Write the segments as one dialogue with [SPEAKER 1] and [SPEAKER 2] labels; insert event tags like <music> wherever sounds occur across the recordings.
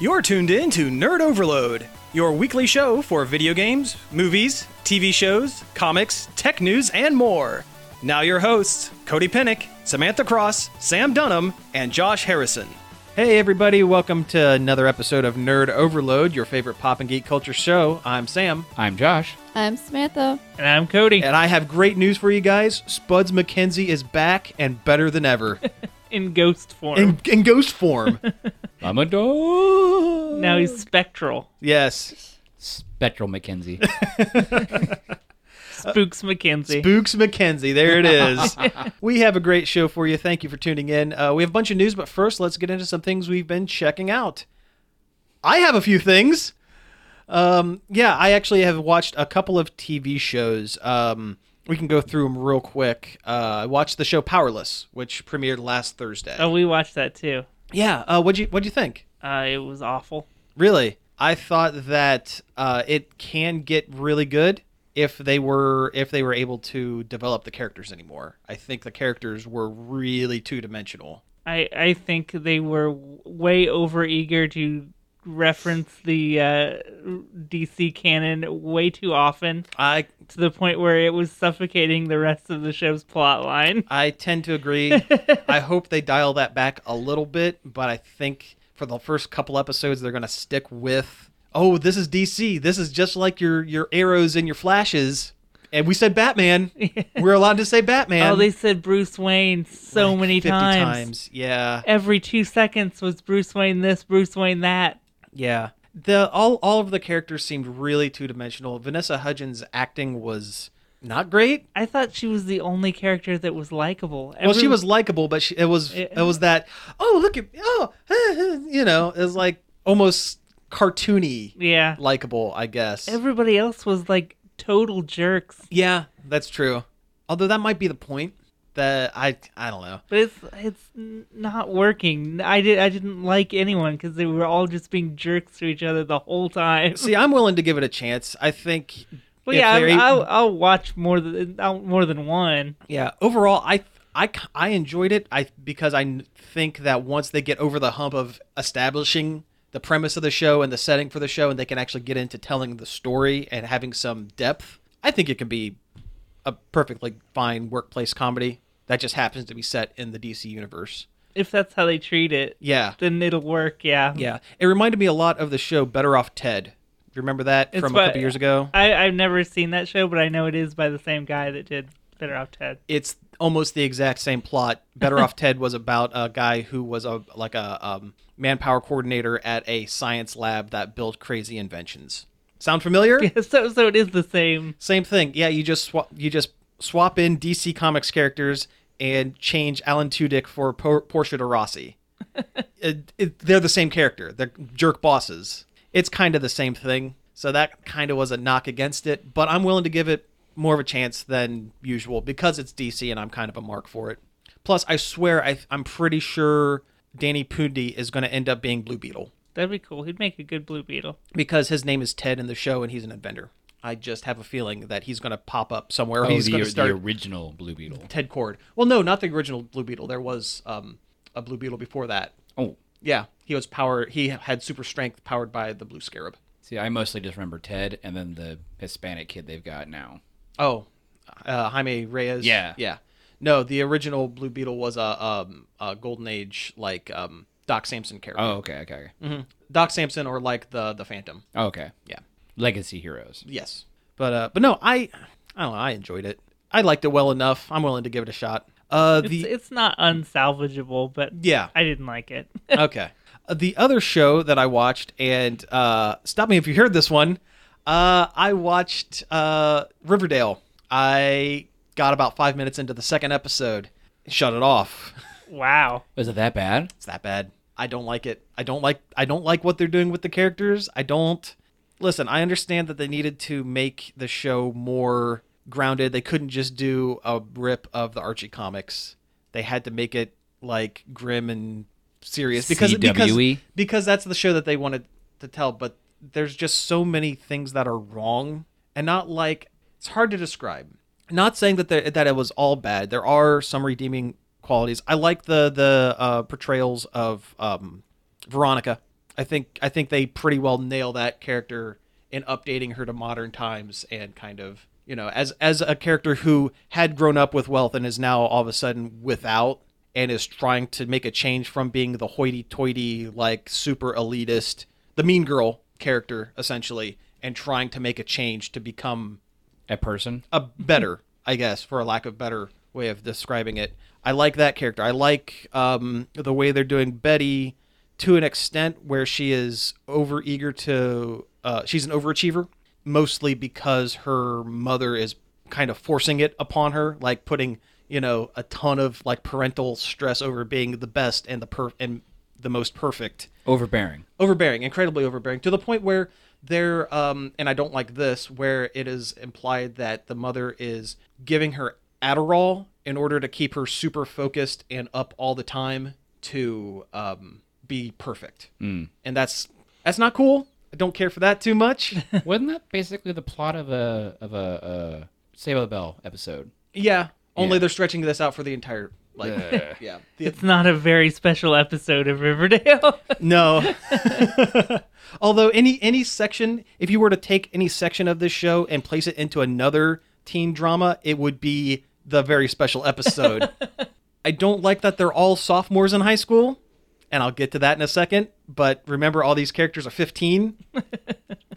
[SPEAKER 1] You're tuned in to Nerd Overload, your weekly show for video games, movies, TV shows, comics, tech news, and more. Now, your hosts, Cody Pennick, Samantha Cross, Sam Dunham, and Josh Harrison. Hey, everybody, welcome to another episode of Nerd Overload, your favorite pop and geek culture show. I'm Sam.
[SPEAKER 2] I'm Josh.
[SPEAKER 3] I'm Samantha.
[SPEAKER 4] And I'm Cody.
[SPEAKER 1] And I have great news for you guys Spuds McKenzie is back and better than ever
[SPEAKER 4] In ghost
[SPEAKER 1] <laughs>
[SPEAKER 4] form.
[SPEAKER 1] in, in ghost form.
[SPEAKER 2] I'm a dog.
[SPEAKER 4] now he's spectral.
[SPEAKER 1] <laughs> Yes.
[SPEAKER 2] Spectral McKenzie.
[SPEAKER 1] Uh,
[SPEAKER 4] Spooks Mackenzie.
[SPEAKER 1] Spooks McKenzie. There it is. we have a great show for you. Thank you for tuning in. Uh, we have a bunch of news, but first, let's get into some things we've been checking out. I have a few things. Um, yeah, I actually have watched a couple of TV shows. Um, we can go through them real quick. Uh, I watched the show Powerless, which premiered last Thursday.
[SPEAKER 4] oh, we watched that too.
[SPEAKER 1] yeah. Uh, what'd you What'd you think?
[SPEAKER 4] Uh, it was awful.
[SPEAKER 1] Really, I thought that uh, it can get really good if they were if they were able to develop the characters anymore. I think the characters were really two dimensional.
[SPEAKER 4] I, I think they were w- way over eager to reference the uh, DC canon way too often
[SPEAKER 1] I
[SPEAKER 4] to the point where it was suffocating the rest of the show's plot line.
[SPEAKER 1] I tend to
[SPEAKER 4] <laughs>
[SPEAKER 1] agree. I hope they dial that back a little bit, but I think for the first couple episodes they're going to stick with oh, this is DC. This is just like your your arrows and your flashes. And we said
[SPEAKER 4] <laughs>
[SPEAKER 1] Batman. We're allowed to say Batman.
[SPEAKER 4] oh, they said Bruce Wayne so
[SPEAKER 1] Like
[SPEAKER 4] many
[SPEAKER 1] 50
[SPEAKER 4] times.
[SPEAKER 1] times. Yeah.
[SPEAKER 4] Every two seconds was Bruce Wayne this, Bruce Wayne that.
[SPEAKER 1] Yeah. The all all of the characters seemed really two dimensional. Vanessa Hudgens' acting was not great.
[SPEAKER 4] I thought she was the only character that was likable.
[SPEAKER 1] Well, she
[SPEAKER 4] Every-
[SPEAKER 1] was likable, but she, it was it,
[SPEAKER 4] It-
[SPEAKER 1] was that oh look at oh <laughs> you know it was like almost cartoony
[SPEAKER 4] Yeah.
[SPEAKER 1] likable, I guess.
[SPEAKER 4] Everybody else was like total jerks.
[SPEAKER 1] yeah, that's true. Although that might be the point that I I don't know.
[SPEAKER 4] But it's it's n- not working. I did I didn't like anyone because they were all just being jerks to each other the whole time.
[SPEAKER 1] See, I'm willing to give it a chance. I think.
[SPEAKER 4] but
[SPEAKER 1] if
[SPEAKER 4] yeah,
[SPEAKER 1] they're
[SPEAKER 4] I'm-
[SPEAKER 1] a-
[SPEAKER 4] I'll, I'll watch more than I'll- more than one.
[SPEAKER 1] Yeah. Overall, I I I enjoyed it. I because I n- think that once they get over the hump of establishing the premise of the show and the setting for the show, and they can actually get into telling the story and having some depth, I think it can be a perfectly fine workplace comedy that just happens to be set in the DC universe.
[SPEAKER 4] If that's how they treat it,
[SPEAKER 1] Yeah.
[SPEAKER 4] then it'll work. Yeah.
[SPEAKER 1] Yeah. It reminded me a lot of the show Better Off Ted. Do you remember that
[SPEAKER 4] It's
[SPEAKER 1] from a
[SPEAKER 4] what-
[SPEAKER 1] couple years ago?
[SPEAKER 4] I, I've never seen that show, but I know it is by the same guy that did Better Off Ted.
[SPEAKER 1] it's almost the exact same plot. Better Off Ted was about a guy who was a like a um, manpower coordinator at a science lab that built crazy inventions. Sound familiar?
[SPEAKER 4] <laughs> so so it is the same.
[SPEAKER 1] Same thing. Yeah, you just swap you just swap in DC Comics characters and change Alan Tudyk for Por- Portia de Rossi. it, it, they're the same character. They're jerk bosses. It's kind of the same thing. So that kind of was a knock against it, but I'm willing to give it more of a chance than usual because it's DC and I'm kind of a mark for it. Plus, I swear I, I'm pretty sure Danny Pudi is going to end up being Blue Beetle
[SPEAKER 4] That'd be cool. He'd make a good Blue Beetle.
[SPEAKER 1] because his name is Ted in the show and he's an inventor. I just have a feeling that he's going to pop up somewhere.
[SPEAKER 2] <laughs> Oh,
[SPEAKER 1] he's
[SPEAKER 2] the,
[SPEAKER 1] going
[SPEAKER 2] the
[SPEAKER 1] to start
[SPEAKER 2] original Blue Beetle.
[SPEAKER 1] Ted Cord. Well, no, not the original Blue Beetle. There was um, a Blue Beetle before that.
[SPEAKER 2] Oh,
[SPEAKER 1] Yeah, he was power. He had super strength powered by the Blue Scarab.
[SPEAKER 2] see, I mostly just remember Ted and then the Hispanic kid they've got now.
[SPEAKER 1] Oh, uh, Jaime Reyes.
[SPEAKER 2] Yeah.
[SPEAKER 1] yeah. No, the original Blue Beetle was a, um, a Golden Age like um, Doc Samson character.
[SPEAKER 2] Oh, okay, okay, okay.
[SPEAKER 1] Doc Samson or like the the Phantom.
[SPEAKER 2] Oh, okay.
[SPEAKER 1] Yeah.
[SPEAKER 2] Legacy heroes.
[SPEAKER 1] Yes. But uh, but no, I I don't know. I enjoyed it. I liked it well enough. I'm willing to give it a shot. Uh,
[SPEAKER 4] It's,
[SPEAKER 1] the
[SPEAKER 4] it's not unsalvageable, but
[SPEAKER 1] yeah.
[SPEAKER 4] I didn't like it. <laughs>
[SPEAKER 1] okay. Uh, The other show that I watched, and uh, stop me if you heard this one, uh, I watched uh, Riverdale. I got about five minutes into the second episode, shut it off.
[SPEAKER 4] wow.
[SPEAKER 2] Was it that bad?
[SPEAKER 1] It's that bad. I don't like it. I don't like. I don't like what they're doing with the characters. I don't. Listen, I understand that they needed to make the show more grounded. They couldn't just do a rip of the Archie comics. They had to make it like grim and serious because because
[SPEAKER 2] CWE?
[SPEAKER 1] because that's the show that they wanted to tell. But there's just so many things that are wrong and not like it's hard to describe. Not saying that there- that it was all bad. There are some redeeming qualities. I like the the uh, portrayals of um, Veronica. I think I think they pretty well nail that character in updating her to modern times and kind of you know as as a character who had grown up with wealth and is now all of a sudden without and is trying to make a change from being the hoity-toity like super elitist the mean girl character essentially and trying to make a change to become
[SPEAKER 2] A person.
[SPEAKER 1] a better, I guess, for a lack of better way of describing it. I like that character. I like um, the way they're doing Betty to an extent where she is over eager to. Uh, she's an overachiever, mostly because her mother is kind of forcing it upon her, like putting you know a ton of like parental stress over being the best and the per and the most perfect
[SPEAKER 2] <laughs> Overbearing.
[SPEAKER 1] overbearing, incredibly overbearing, to the point where there, um, and I don't like this, where it is implied that the mother is giving her Adderall in order to keep her super focused and up all the time to um, be perfect, mm. and that's that's not cool. I don't care for that too <laughs> much.
[SPEAKER 2] Wasn't that basically the plot of a of a uh, Save the Bell episode?
[SPEAKER 1] yeah, only
[SPEAKER 2] Yeah.
[SPEAKER 1] they're stretching this out for the entire like.
[SPEAKER 2] Ugh.
[SPEAKER 1] <laughs> Yeah, the
[SPEAKER 4] It's not a very special episode of Riverdale. <laughs>
[SPEAKER 1] No. <laughs> Although any any section, if you were to take any section of this show and place it into another teen drama, it would be the very special episode. I don't like that they're all sophomores in high school, and I'll get to that in a second, but remember all these characters are 15.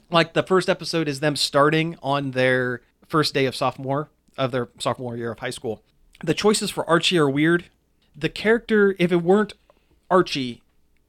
[SPEAKER 1] like the first episode is them starting on their first day of sophomore of their sophomore year of high school. The choices for Archie are weird. The character, if it weren't Archie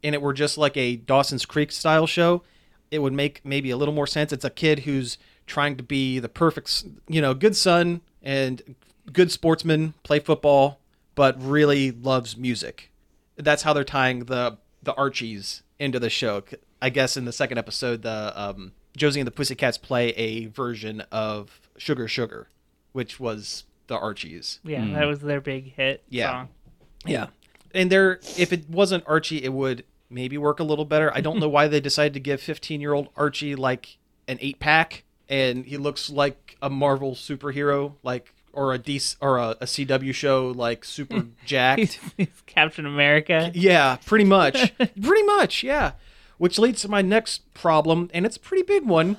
[SPEAKER 1] and it were just like a Dawson's Creek style show, it would make maybe a little more sense. It's a kid who's trying to be the perfect, s- you know, good son and good sportsman, play football, but really loves music. That's how they're tying the the Archies into the show. C- I guess in the second episode, the um, Josie and the Pussycats play a version of Sugar Sugar, which was the Archies.
[SPEAKER 4] yeah, that was their big hit
[SPEAKER 1] Hmm. Yeah.
[SPEAKER 4] song. <laughs>
[SPEAKER 1] Yeah. And there if it wasn't Archie, it would maybe work a little better. I don't know why they decided to give 15-year-old Archie like an 8-pack and he looks like a Marvel superhero like or a DC or a, a CW show like super jacked.
[SPEAKER 4] He's, he's Captain America.
[SPEAKER 1] <laughs> Yeah, pretty much. pretty much, yeah. Which leads to my next problem, and it's a pretty big one.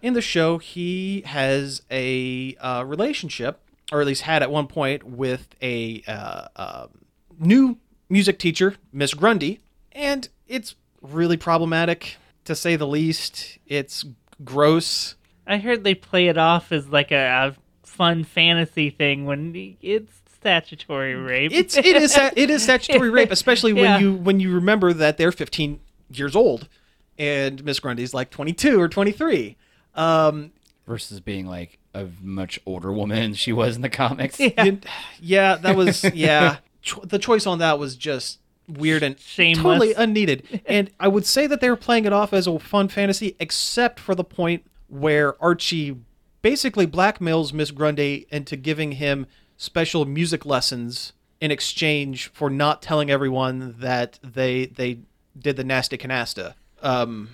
[SPEAKER 1] In the show, he has a uh, relationship, or at least had at one point, with a uh, uh, new music teacher, Miss Grundy, and it's really problematic, to say the least. It's gross.
[SPEAKER 4] I heard they play it off as like a, a fun fantasy thing when it's statutory rape.
[SPEAKER 1] It's it is sa- it is statutory rape, especially when
[SPEAKER 4] Yeah.
[SPEAKER 1] you when you remember that they're 15 years old, and Miss Grundy's like 22 or 23. Um,
[SPEAKER 2] Versus being like a much older woman she was in the <laughs> comics.
[SPEAKER 4] <laughs> Yeah.
[SPEAKER 1] you- yeah, that was yeah. <laughs> Cho- the choice on that was just weird and
[SPEAKER 4] Shameless.
[SPEAKER 1] totally
[SPEAKER 4] <laughs>
[SPEAKER 1] unneeded. And I would say that they were playing it off as a fun fantasy, except for the point where Archie basically blackmails Miss Grundy into giving him special music lessons in exchange for not telling everyone that they they did the nasty canasta. Um,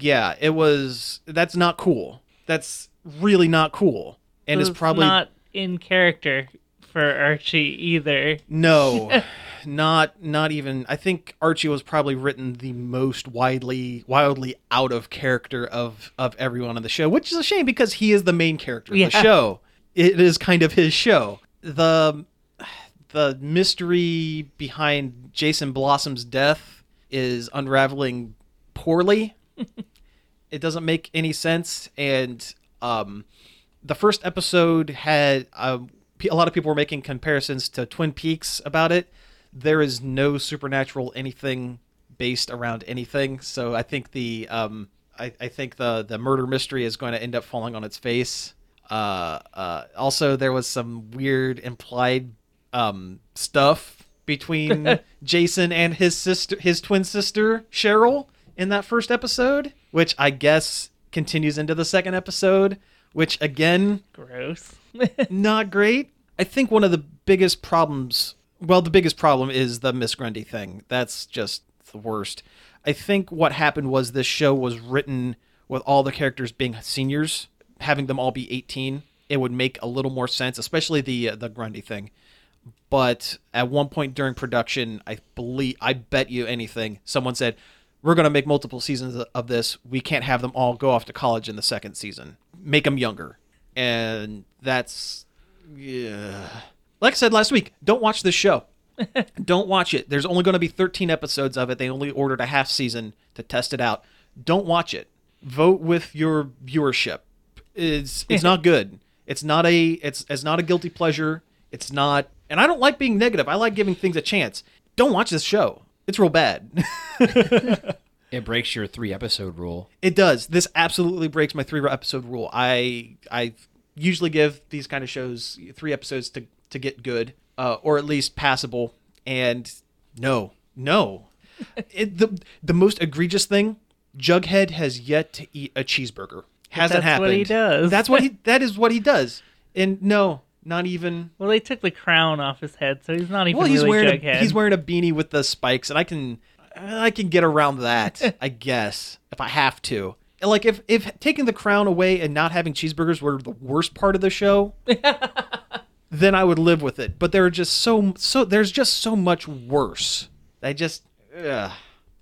[SPEAKER 1] yeah, it was. That's not cool. That's really not cool, and it's
[SPEAKER 4] It's
[SPEAKER 1] probably
[SPEAKER 4] not in character for Archie either.
[SPEAKER 1] no, not not even. I think Archie was probably written the most widely wildly out of character of of everyone on the show, which is a shame because he is the main character of
[SPEAKER 4] Yeah.
[SPEAKER 1] the show. It is kind of his show. The the mystery behind Jason Blossom's death is unraveling poorly. it doesn't make any sense and um the first episode had um, pe- a lot of people were making comparisons to Twin Peaks about it. There is no supernatural anything based around anything, so I think the um, I, I think the the murder mystery is going to end up falling on its face. Uh, uh, also, there was some weird implied um, stuff between Jason and his sister, his twin sister Cheryl, in that first episode, which I guess continues into the second episode. Which again,
[SPEAKER 4] Gross. <laughs>
[SPEAKER 1] not great. I think one of the biggest problems, well, the biggest problem is the Miss Grundy thing. That's just the worst. I think what happened was this show was written with all the characters being seniors, having them all be 18. It would make a little more sense, especially the uh, the Grundy thing. But at one point during production, I believe I bet you anything, someone said, we're going to make multiple seasons of this. We can't have them all go off to college in the second season. Make them younger. And that's yeah. Like I said last week, don't watch this show. <laughs> don't watch it. There's only going to be 13 episodes of it. They only ordered a half season to test it out. Don't watch it. Vote with your viewership. It's it's not good. It's not a it's it's not a guilty pleasure. It's not and I don't like being negative. I like giving things a chance. Don't watch this show. It's real bad. <laughs>
[SPEAKER 2] It breaks your three episode rule.
[SPEAKER 1] It does. This absolutely breaks my three episode rule. I I usually give these kind of shows three episodes to to get good, uh, or at least passable. And no,
[SPEAKER 4] <laughs>
[SPEAKER 1] no, it, the the most egregious thing, Jughead has yet to eat a cheeseburger. Hasn't
[SPEAKER 4] that's
[SPEAKER 1] happened.
[SPEAKER 4] what he does.
[SPEAKER 1] That's what
[SPEAKER 4] <laughs>
[SPEAKER 1] he. That is what he does. And no, not even.
[SPEAKER 4] Well, they took the crown off his head, so he's not even
[SPEAKER 1] Well, he's
[SPEAKER 4] really
[SPEAKER 1] wearing a,
[SPEAKER 4] Jughead.
[SPEAKER 1] he's wearing a beanie with the spikes, and I can I can get around
[SPEAKER 4] <laughs>
[SPEAKER 1] that, I guess, if I have to. And, Like if if taking the crown away and not having cheeseburgers were the worst part of the
[SPEAKER 4] <laughs>
[SPEAKER 1] show, then I would live with it. But there are just so so there's just so much worse. I just ugh,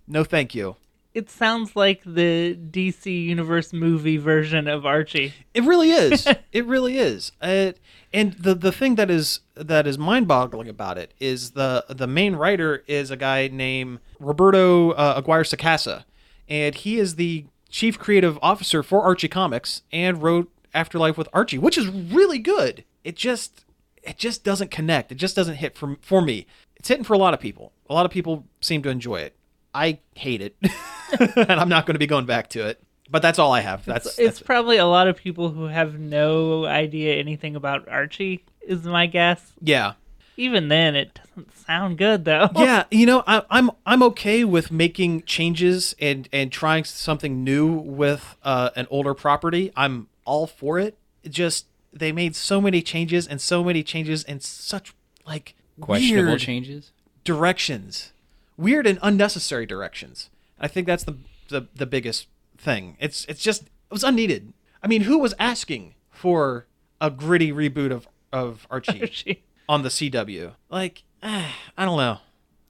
[SPEAKER 1] no, thank you.
[SPEAKER 4] It sounds like the DC Universe movie version of Archie.
[SPEAKER 1] It really
[SPEAKER 4] <laughs>
[SPEAKER 1] is. it really is. Uh, and the the thing that is that is mind boggling about it is the the main writer is a guy named Roberto uh, Aguirre Sacasa, and he is the chief creative officer for Archie Comics and wrote Afterlife with Archie, which is really good. It just it just doesn't connect. It just doesn't hit for for me. It's hitting for a lot of people. A lot of people seem to enjoy it. I hate it, <laughs> and I'm not going to be going back to it. But that's all I have. That's
[SPEAKER 4] It's
[SPEAKER 1] that's
[SPEAKER 4] probably a lot of people who have no idea anything about Archie, is my guess.
[SPEAKER 1] yeah.
[SPEAKER 4] Even then, it doesn't sound good, though. <laughs>
[SPEAKER 1] yeah you know I, i'm i'm okay with making changes and and trying something new with uh, an older property i'm all for it It just they made so many changes and so many changes and such like
[SPEAKER 2] Questionable
[SPEAKER 1] weird
[SPEAKER 2] changes.
[SPEAKER 1] directions weird and unnecessary directions i think that's the, the the biggest thing it's it's just it was unneeded i mean who was asking for a gritty reboot of of archie,
[SPEAKER 4] Archie.
[SPEAKER 1] on the cw like ah, i don't know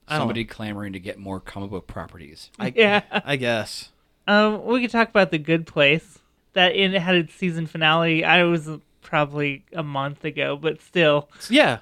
[SPEAKER 1] I don't know.
[SPEAKER 2] Somebody clamoring to get more comic book properties.
[SPEAKER 1] I,
[SPEAKER 4] Yeah.
[SPEAKER 1] I guess.
[SPEAKER 4] Um, we could talk about the Good Place that in had its season finale. I was probably a month ago, but still,
[SPEAKER 1] <laughs> Yeah.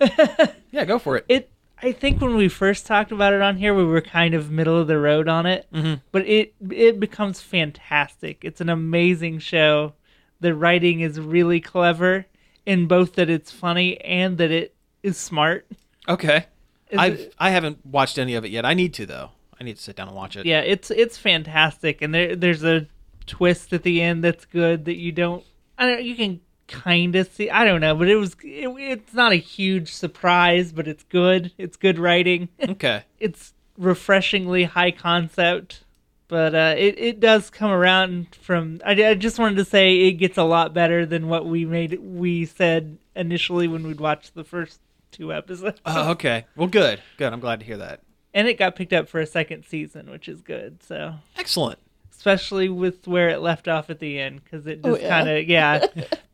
[SPEAKER 1] yeah, go for it.
[SPEAKER 4] it. I think when we first talked about it on here, we were kind of middle of the road on it. Mm-hmm. But it it becomes fantastic. It's an amazing show. The writing is really clever in both that it's funny and that it is smart.
[SPEAKER 1] Okay.
[SPEAKER 4] Is
[SPEAKER 1] I've I haven't watched any of it yet. I need to though. I need to sit down and watch it.
[SPEAKER 4] yeah it's it's fantastic and there there's a twist at the end that's good that you don't i don't you can kind of see i don't know but it was it, it's not a huge surprise but it's good it's good writing <laughs>
[SPEAKER 1] Okay.
[SPEAKER 4] it's refreshingly high concept but uh it, it does come around from I, I just wanted to say it gets a lot better than what we made we said initially when we'd watched the first two episodes
[SPEAKER 3] Uh-huh.
[SPEAKER 1] Oh, okay. Well, good. Good. I'm glad to hear that.
[SPEAKER 4] and it got picked up for a second season which is good so
[SPEAKER 1] Excellent.
[SPEAKER 4] especially with where it left off at the end because it just
[SPEAKER 3] Oh, yeah.
[SPEAKER 4] kind
[SPEAKER 3] <laughs>
[SPEAKER 4] of yeah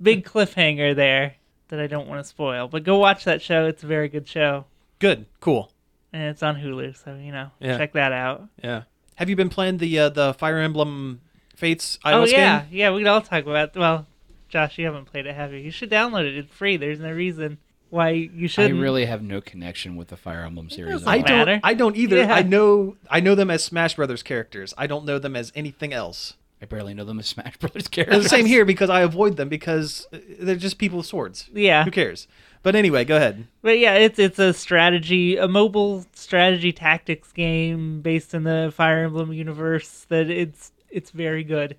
[SPEAKER 4] big cliffhanger there that i don't want to spoil but go watch that show it's a very good show
[SPEAKER 1] Good. Cool.
[SPEAKER 4] and it's on hulu so you know
[SPEAKER 1] Yeah.
[SPEAKER 4] check that out
[SPEAKER 1] Yeah. Have you been playing the uh, the Fire Emblem Fates iOS
[SPEAKER 4] oh yeah
[SPEAKER 1] game?
[SPEAKER 4] yeah we could all talk about well josh you haven't played it have you you should download it it's free there's no reason why you
[SPEAKER 2] I
[SPEAKER 4] shouldn't
[SPEAKER 2] really have no connection with the Fire Emblem series.
[SPEAKER 4] doesn't
[SPEAKER 2] at
[SPEAKER 1] I
[SPEAKER 2] all.
[SPEAKER 1] don't.
[SPEAKER 4] Matter.
[SPEAKER 1] I don't either.
[SPEAKER 4] Yeah.
[SPEAKER 1] I know. I know them as Smash Brothers characters. I don't know them as anything else.
[SPEAKER 2] I barely know them as Smash Brothers
[SPEAKER 1] And
[SPEAKER 2] characters.
[SPEAKER 1] the
[SPEAKER 4] <laughs>
[SPEAKER 1] same here because I avoid them because uh, they're just people with swords.
[SPEAKER 4] yeah
[SPEAKER 1] Who cares? But anyway, go ahead.
[SPEAKER 4] But yeah, it's it's a strategy, a mobile strategy tactics game based in the Fire Emblem universe. That it's it's very good.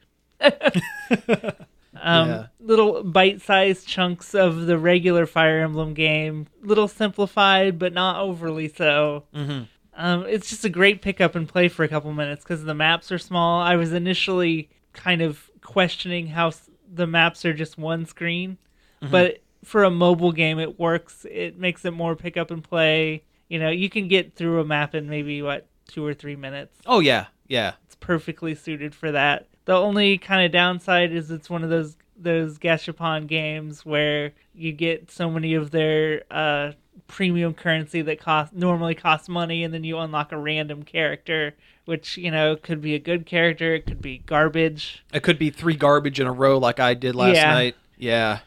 [SPEAKER 4] um,
[SPEAKER 1] Yeah.
[SPEAKER 4] Little bite-sized chunks of the regular Fire Emblem game, little simplified, but not overly so.
[SPEAKER 1] Mhm.
[SPEAKER 4] Um, it's just a great pickup and play for a couple minutes because the maps are small. I was initially kind of questioning how s- the maps are just one screen <laughs> but for a mobile game it works it makes it more pick up and play you know you can get through a map in maybe what two or three minutes
[SPEAKER 1] Oh yeah. Yeah.
[SPEAKER 4] it's perfectly suited for that the only kind of downside is it's one of those those gashapon games where you get so many of their uh premium currency that cost normally costs money, and then you unlock a random character, which you know could be a good character, it could be garbage.
[SPEAKER 1] It could be three garbage in a row, like I did last
[SPEAKER 4] Yeah.
[SPEAKER 1] night. Yeah,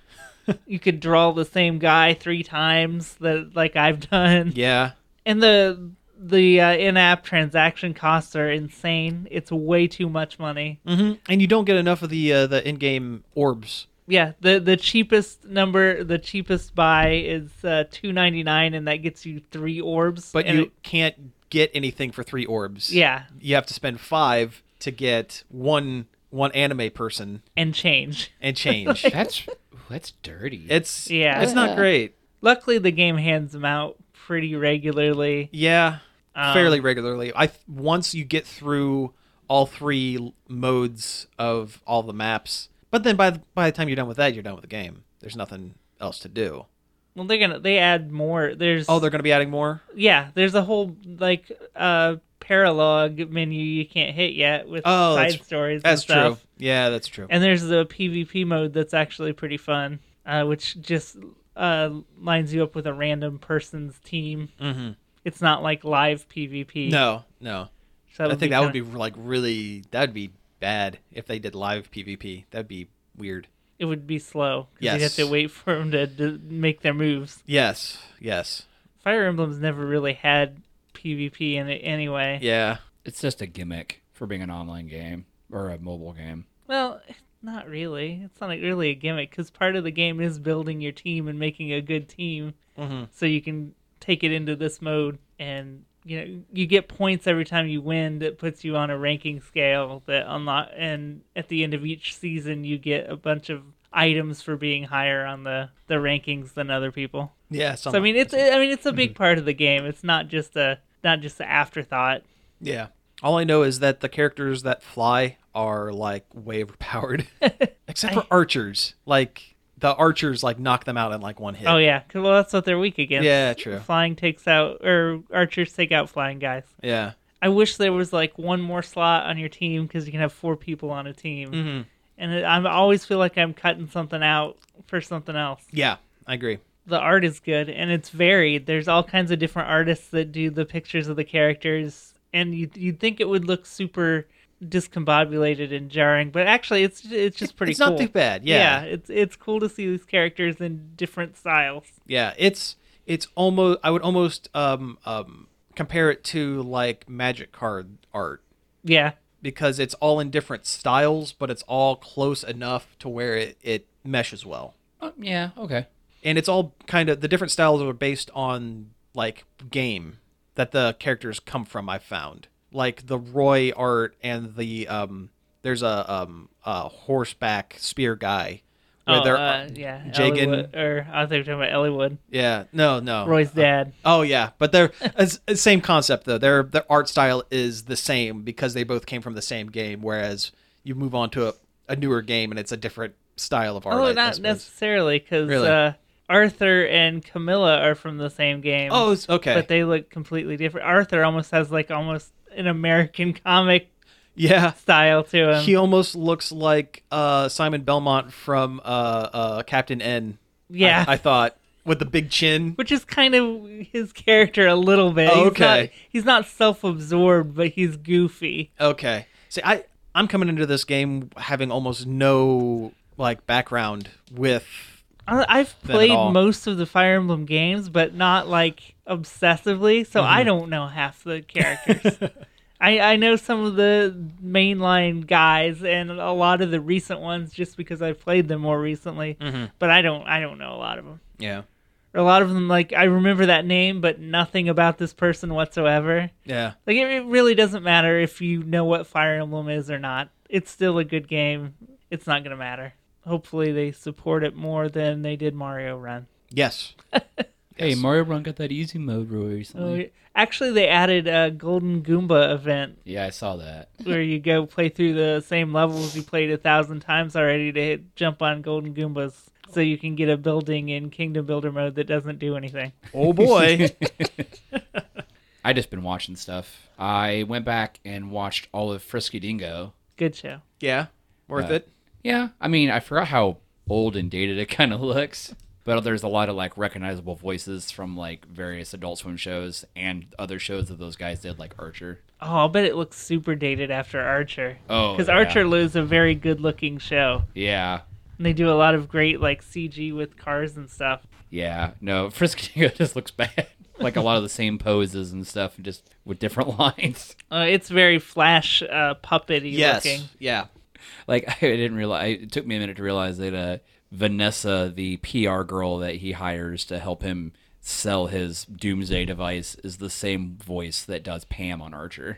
[SPEAKER 4] You could draw the same guy three times, that like I've <laughs> done.
[SPEAKER 1] yeah.
[SPEAKER 4] And the the uh, in-app transaction costs are insane. It's way too much money.
[SPEAKER 1] hmm And you don't get enough of the uh, the in game orbs.
[SPEAKER 4] Yeah, the the cheapest number, the cheapest buy is uh, two ninety nine, and that gets you three orbs.
[SPEAKER 1] But
[SPEAKER 4] and
[SPEAKER 1] you
[SPEAKER 4] it-
[SPEAKER 1] can't get anything for three orbs.
[SPEAKER 4] yeah,
[SPEAKER 1] You have to spend five to get one one anime person
[SPEAKER 4] and change.
[SPEAKER 1] and
[SPEAKER 4] <laughs>
[SPEAKER 1] change.
[SPEAKER 2] That's that's dirty.
[SPEAKER 1] it's
[SPEAKER 4] Yeah.
[SPEAKER 1] It's not great.
[SPEAKER 4] Luckily, the game hands them out pretty regularly.
[SPEAKER 1] Yeah,
[SPEAKER 4] Um,
[SPEAKER 1] fairly regularly. I th- once you get through all three l- modes of all the maps, but then by the, by the time you're done with that, you're done with the game. There's nothing else to do.
[SPEAKER 4] Well, they're gonna they add more. There's
[SPEAKER 1] Oh, they're going to be adding more.
[SPEAKER 4] yeah, there's a whole like uh paralog menu you can't hit yet with
[SPEAKER 1] Oh,
[SPEAKER 4] side
[SPEAKER 1] that's-
[SPEAKER 4] stories.
[SPEAKER 1] That's
[SPEAKER 4] and stuff.
[SPEAKER 1] true. Yeah, that's true.
[SPEAKER 4] And there's the PvP mode that's actually pretty fun, uh, which just uh, lines you up with a random person's team.
[SPEAKER 1] hmm
[SPEAKER 4] It's not like live PvP.
[SPEAKER 1] No, no.
[SPEAKER 4] so
[SPEAKER 1] I think that would be like really that would be bad if they did live PvP. That'd be weird.
[SPEAKER 4] It would be slow. 'cause You'd have
[SPEAKER 1] Yes.
[SPEAKER 4] to wait for them to, to make their moves.
[SPEAKER 1] Yes, yes,
[SPEAKER 4] Fire Emblem's never really had PvP in it anyway.
[SPEAKER 1] yeah.
[SPEAKER 2] it's just a gimmick for being an online game or a mobile game.
[SPEAKER 4] Well, not really. It's not really a gimmick because part of the game is building your team and making a good team.
[SPEAKER 1] hmm
[SPEAKER 4] so you can take it into this mode and you know you get points every time you win that puts you on a ranking scale that unlock and at the end of each season you get a bunch of items for being higher on the the rankings than other people
[SPEAKER 1] Yeah.
[SPEAKER 4] so
[SPEAKER 1] Something.
[SPEAKER 4] i mean it's i mean it's a big part of the game it's not just a not just the afterthought
[SPEAKER 1] yeah. All I know is that the characters that fly are like way
[SPEAKER 4] <laughs>
[SPEAKER 1] overpowered, except for archers. Like the archers, like knock them out in like one hit.
[SPEAKER 4] oh yeah 'cause- well that's what they're weak against
[SPEAKER 1] Yeah, true.
[SPEAKER 4] flying takes out or archers take out flying guys
[SPEAKER 1] Yeah.
[SPEAKER 4] i wish there was like one more slot on your team because you can have four people on a team
[SPEAKER 1] hmm
[SPEAKER 4] and it, I'm- I always feel like I'm cutting something out for something else.
[SPEAKER 1] Yeah, I agree.
[SPEAKER 4] The art is good and it's varied. There's all kinds of different artists that do the pictures of the characters, and you you'd think it would look super discombobulated and jarring, but actually it's it's just pretty
[SPEAKER 1] it's
[SPEAKER 4] cool.
[SPEAKER 1] not too bad. Yeah. yeah,
[SPEAKER 4] it's it's cool to see these characters in different styles.
[SPEAKER 1] It's it's almost I would almost um um compare it to like magic card art.
[SPEAKER 4] Yeah.
[SPEAKER 1] because it's all in different styles, but it's all close enough to where it, it meshes well.
[SPEAKER 2] Oh, yeah, okay.
[SPEAKER 1] And it's all kind of the different styles are based on like game that the characters come from. I found like the Roy art and the um, there's a um, a horseback spear guy. Where
[SPEAKER 4] oh,
[SPEAKER 1] they're,
[SPEAKER 4] uh, yeah.
[SPEAKER 1] Jagan-
[SPEAKER 4] Elliewood- or I think we're talking about Elliewood,
[SPEAKER 1] yeah, no, no,
[SPEAKER 4] Roy's
[SPEAKER 1] Uh,
[SPEAKER 4] dad.
[SPEAKER 1] Oh yeah, but they're it's, it's same concept though. Their their art style is the same because they both came from the same game. Whereas you move on to a, a newer game and it's a different style of art. I-
[SPEAKER 4] Oh,
[SPEAKER 1] I
[SPEAKER 4] not
[SPEAKER 1] suppose.
[SPEAKER 4] necessarily, because
[SPEAKER 1] Really?
[SPEAKER 4] uh, Arthur and Camilla are from the same game.
[SPEAKER 1] Oh, it's- okay.
[SPEAKER 4] but they look completely different. Arthur almost has like almost an American <laughs> comic
[SPEAKER 1] yeah,
[SPEAKER 4] style to him.
[SPEAKER 1] he almost looks like uh, Simon Belmont from uh, uh, Captain N. I-
[SPEAKER 4] yeah,
[SPEAKER 1] I, thought with the big chin.
[SPEAKER 4] which is kind of his character a little bit.
[SPEAKER 1] Oh,
[SPEAKER 4] He's not-
[SPEAKER 1] okay.
[SPEAKER 4] he's not, self-absorbed, but he's goofy.
[SPEAKER 1] Okay, see, I I'm coming into this game having almost no like background with.
[SPEAKER 4] I- I've
[SPEAKER 1] at
[SPEAKER 4] played
[SPEAKER 1] all.
[SPEAKER 4] most of the Fire Emblem games, but not like obsessively, so I
[SPEAKER 1] Mm-hmm.
[SPEAKER 4] don't know half the characters.
[SPEAKER 1] <laughs>
[SPEAKER 4] I, I know some of the mainline guys and a lot of the recent ones just because I've played them more recently,
[SPEAKER 1] Mm-hmm.
[SPEAKER 4] but I don't I don't know a lot of them.
[SPEAKER 1] Yeah,
[SPEAKER 4] a lot of them like i remember that name but nothing about this person whatsoever
[SPEAKER 1] yeah,
[SPEAKER 4] like it, it really doesn't matter if you know what fire emblem is or not it's still a good game it's not going to matter hopefully they support it more than they did mario run
[SPEAKER 1] yes.
[SPEAKER 2] Hey,
[SPEAKER 1] Yes.
[SPEAKER 2] Mario Run got that easy mode rule recently.
[SPEAKER 4] Oh, actually they added a golden goomba
[SPEAKER 2] <laughs>
[SPEAKER 4] event
[SPEAKER 2] yeah, I saw that.
[SPEAKER 4] where you go play through the same levels you played a thousand times already to hit, jump on golden goombas so you can get a building in kingdom builder mode that doesn't do anything
[SPEAKER 1] Oh
[SPEAKER 4] <laughs>
[SPEAKER 1] boy.
[SPEAKER 2] I just been watching stuff. I went back and watched all of Frisky Dingo.
[SPEAKER 4] good show
[SPEAKER 1] yeah, worth
[SPEAKER 2] Uh,
[SPEAKER 1] it.
[SPEAKER 2] <laughs> Yeah, I mean, I forgot how old and dated it kind of looks. But there's a lot of like recognizable voices from like various Adult Swim shows and other shows that those guys did, like Archer.
[SPEAKER 4] Oh, I'll bet it looks super dated after Archer.
[SPEAKER 2] Oh,
[SPEAKER 4] Because
[SPEAKER 2] yeah.
[SPEAKER 4] Archer was a very good looking show.
[SPEAKER 2] Yeah,
[SPEAKER 4] And they do a lot of great like CG with cars and stuff.
[SPEAKER 2] yeah. No, <laughs> Friskitingo just looks bad. <laughs> Like a lot of the same poses and stuff, and just with different <laughs> lines.
[SPEAKER 4] Uh, it's very flash uh, puppety
[SPEAKER 1] Yes.
[SPEAKER 4] looking.
[SPEAKER 2] <laughs>
[SPEAKER 1] Yeah.
[SPEAKER 2] Like I didn't realize. It took me a minute to realize that uh, Vanessa, the PR girl that he hires to help him sell his doomsday device, is the same voice that does Pam on Archer.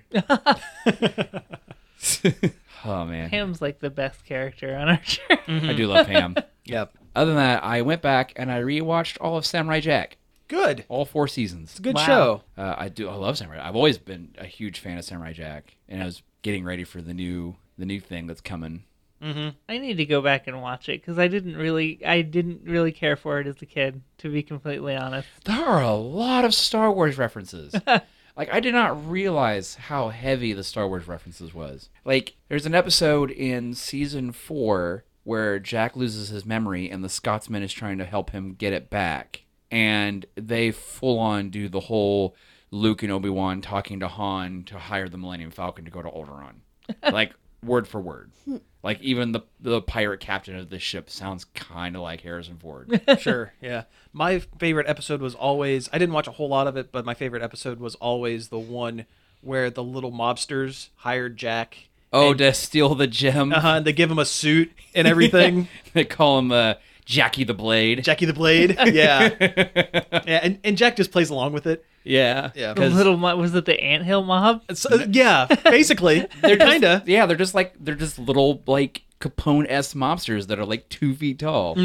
[SPEAKER 2] oh man,
[SPEAKER 4] Pam's like the best character on <laughs>
[SPEAKER 1] Mm-hmm.
[SPEAKER 4] Archer.
[SPEAKER 2] I do love Pam.
[SPEAKER 1] Yep.
[SPEAKER 2] Other than that, I went back and I rewatched all of Samurai Jack,
[SPEAKER 1] Good.
[SPEAKER 2] all four seasons.
[SPEAKER 1] Good
[SPEAKER 4] Wow.
[SPEAKER 1] show.
[SPEAKER 2] Uh, I do. I love Samurai. I've always been a huge fan of Samurai Jack, and I was getting ready for the new the new thing that's coming.
[SPEAKER 4] I need to go back and watch it because I didn't really, I didn't really care for it as a kid, to be completely honest.
[SPEAKER 2] There are a lot of Star Wars references. like I did not realize how heavy the Star Wars references was. Like there's an episode in season 4 where Jack loses his memory and the Scotsman is trying to help him get it back and they full on do the whole Luke and Obi-Wan talking to Han to hire the Millennium Falcon to go to Alderaan. like word for word. Like even the the pirate captain of the ship sounds kind of like Harrison Ford. <laughs>
[SPEAKER 1] sure. Yeah. My favorite episode was always I didn't watch a whole lot of it, but my favorite episode was always the one where the little mobsters hired Jack.
[SPEAKER 2] oh, to steal the gem.
[SPEAKER 1] Uh huh. And they give him a suit
[SPEAKER 2] <laughs>
[SPEAKER 1] and everything.
[SPEAKER 2] they call him uh, Jackie the Blade.
[SPEAKER 1] Jackie the
[SPEAKER 2] <laughs>
[SPEAKER 1] Blade. Yeah. yeah. And, and Jack just plays along with it.
[SPEAKER 2] yeah,
[SPEAKER 1] Yeah.
[SPEAKER 4] The
[SPEAKER 2] 'Cause
[SPEAKER 4] little mo- was it the Ant Hill mob?
[SPEAKER 1] So, yeah. Basically, they're
[SPEAKER 2] <laughs> they're just-
[SPEAKER 1] kind of.
[SPEAKER 2] yeah, they're just like they're just little like Capone s mobsters that are like two feet tall.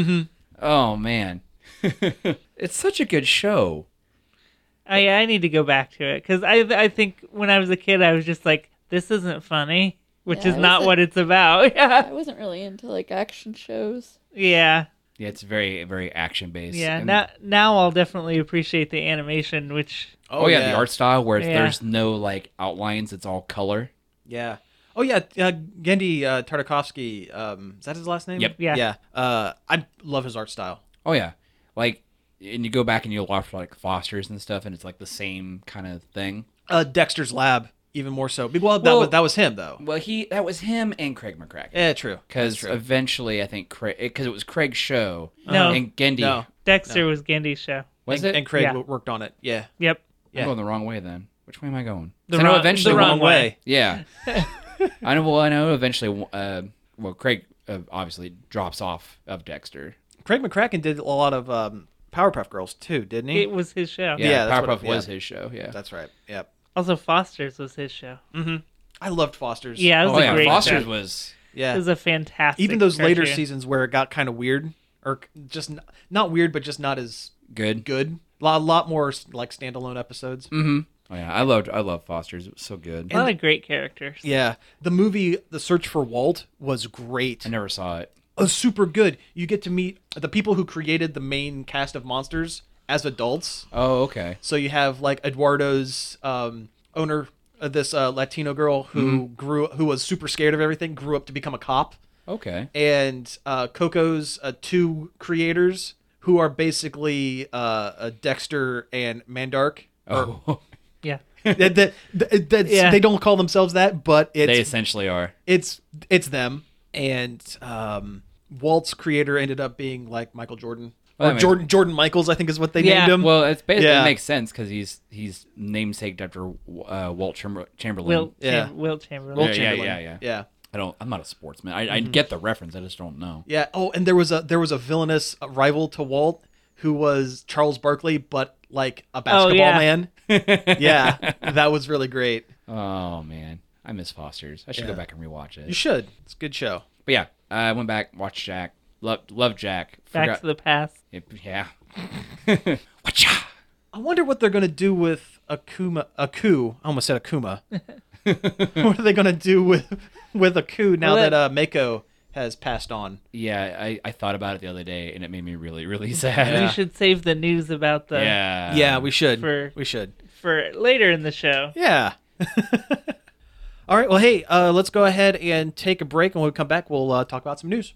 [SPEAKER 2] Oh man, <laughs> it's such a good show.
[SPEAKER 4] I I need to go back to it because I I think when I was a kid I was just like this isn't funny, which
[SPEAKER 3] Yeah,
[SPEAKER 4] is
[SPEAKER 3] it
[SPEAKER 4] not
[SPEAKER 3] wasn't-
[SPEAKER 4] what it's about. <laughs> Yeah,
[SPEAKER 3] I wasn't really into like action <laughs> shows.
[SPEAKER 4] yeah,
[SPEAKER 2] Yeah, it's very very action based.
[SPEAKER 4] yeah. Now now I'll definitely appreciate the animation, which
[SPEAKER 2] oh yeah, the art style where it's
[SPEAKER 4] Yeah.
[SPEAKER 2] there's no like outlines; it's all color.
[SPEAKER 1] Yeah. Oh yeah, uh, Gendy uh, Tartakovsky. Um, is that his last name?
[SPEAKER 2] Yep.
[SPEAKER 4] Yeah.
[SPEAKER 1] Yeah. Uh, I love his art style.
[SPEAKER 2] Oh yeah, like and you go back and you'll watch like Fosters and stuff, and it's like the same kind of thing.
[SPEAKER 1] Uh, Dexter's Lab, even more so. Be- Well, that
[SPEAKER 2] Well-
[SPEAKER 1] was that was him though.
[SPEAKER 2] Well, he that was him and Craig McCracken.
[SPEAKER 1] Yeah, true.
[SPEAKER 2] because eventually I think Craig because it was Craig's show.
[SPEAKER 4] No.
[SPEAKER 2] and Gendy
[SPEAKER 1] No.
[SPEAKER 4] Dexter was Gendy's show.
[SPEAKER 2] was
[SPEAKER 1] and,
[SPEAKER 2] it?
[SPEAKER 1] and Craig
[SPEAKER 4] Yeah.
[SPEAKER 1] wo- worked on it. Yeah.
[SPEAKER 4] Yep.
[SPEAKER 1] yeah.
[SPEAKER 2] I'm going the wrong way then. Which way am I going?
[SPEAKER 4] The
[SPEAKER 2] 'Cause I know
[SPEAKER 4] wrong-
[SPEAKER 2] eventually.
[SPEAKER 4] the wrong way. <laughs>
[SPEAKER 2] Yeah, I know. Well, I know eventually. Uh, well, Craig uh, obviously drops off of Dexter.
[SPEAKER 1] Craig McCracken did a lot of um, Powerpuff Girls too, didn't he?
[SPEAKER 4] It was his show.
[SPEAKER 2] Yeah,
[SPEAKER 1] Eh. Yeah, that's
[SPEAKER 2] Powerpuff
[SPEAKER 1] what-
[SPEAKER 2] was
[SPEAKER 1] yeah.
[SPEAKER 2] his show. Yeah,
[SPEAKER 1] That's right. Yep.
[SPEAKER 4] Also, Foster's was his show.
[SPEAKER 1] I loved Foster's.
[SPEAKER 4] Yeah, it was
[SPEAKER 2] oh
[SPEAKER 4] a
[SPEAKER 2] yeah,
[SPEAKER 4] great
[SPEAKER 2] Foster's
[SPEAKER 4] show.
[SPEAKER 2] was.
[SPEAKER 4] It
[SPEAKER 1] Yeah.
[SPEAKER 4] was a fantastic.
[SPEAKER 1] Even those later
[SPEAKER 4] cartoon.
[SPEAKER 1] seasons where it got kind of weird, or c- just n- not weird, but just not as
[SPEAKER 2] Good.
[SPEAKER 1] good. A lot, lot more like standalone episodes.
[SPEAKER 2] Oh yeah, I loved I loved Foster's. It was so good.
[SPEAKER 4] A lot of great characters.
[SPEAKER 1] Yeah, the movie The Search for Walt was great.
[SPEAKER 2] I never saw it.
[SPEAKER 1] Uh, super good. You get to meet the people who created the main cast of monsters as adults.
[SPEAKER 2] Oh okay.
[SPEAKER 1] So you have like Eduardo's um, owner, uh, this uh, Latino girl who
[SPEAKER 2] Mm-hmm.
[SPEAKER 1] grew, who was super scared of everything, grew up to become a cop,
[SPEAKER 2] Okay.
[SPEAKER 1] and uh, Coco's uh, two creators who are basically uh, uh, Dexter and Mandark. Or-
[SPEAKER 2] Oh, <laughs>
[SPEAKER 4] Yeah.
[SPEAKER 1] <laughs> that, that, that- that's-
[SPEAKER 4] Yeah.
[SPEAKER 1] They don't call themselves that, but it's
[SPEAKER 2] they essentially are.
[SPEAKER 1] it's it's them and um walt's creator ended up being like michael jordan
[SPEAKER 2] Well, that
[SPEAKER 1] or
[SPEAKER 2] makes-
[SPEAKER 1] jordan jordan michaels i think is what they
[SPEAKER 4] Yeah,
[SPEAKER 1] named him
[SPEAKER 2] Well, it's basically
[SPEAKER 1] Yeah.
[SPEAKER 2] it makes sense because he's he's namesaked after uh, Walt Chamber- Chamberlain.
[SPEAKER 4] Will.
[SPEAKER 1] Yeah.
[SPEAKER 4] Cham- Will Chamberlain.
[SPEAKER 1] Wilt
[SPEAKER 2] yeah, yeah,
[SPEAKER 1] Chamberlain.
[SPEAKER 2] yeah, yeah.
[SPEAKER 1] yeah
[SPEAKER 2] I don't. I'm not a sportsman. I,
[SPEAKER 1] Mm-hmm.
[SPEAKER 2] I get the reference. I just don't know.
[SPEAKER 1] Yeah. oh and there was a there was a villainous rival to walt who was charles barkley but like a basketball
[SPEAKER 4] Oh, yeah.
[SPEAKER 1] man
[SPEAKER 4] <laughs>
[SPEAKER 1] yeah that was really great
[SPEAKER 2] Oh man, I miss Foster's. I should go back and rewatch
[SPEAKER 1] you
[SPEAKER 2] it.
[SPEAKER 1] should it's a good show
[SPEAKER 2] But yeah, I went back, watched Jack. Loved, loved Jack.
[SPEAKER 4] Back to the past.
[SPEAKER 2] the yeah. <laughs> Watcha.
[SPEAKER 1] i wonder what they're gonna do with akuma aku i almost said
[SPEAKER 4] <laughs>
[SPEAKER 1] akuma what are they gonna do with with aku now
[SPEAKER 4] Well,
[SPEAKER 1] that,
[SPEAKER 4] that-
[SPEAKER 1] uh mako has passed on
[SPEAKER 2] Yeah, I, I thought about it the other day and it made me really
[SPEAKER 4] <laughs>
[SPEAKER 2] really sad.
[SPEAKER 4] We should save the news about the
[SPEAKER 2] Yeah.
[SPEAKER 1] yeah we should
[SPEAKER 4] Um, for-
[SPEAKER 1] we should
[SPEAKER 4] for later in the show.
[SPEAKER 1] Yeah. <laughs> All right. Well, hey, uh, let's go ahead and take a break. And when we come back, we'll uh, talk about some news.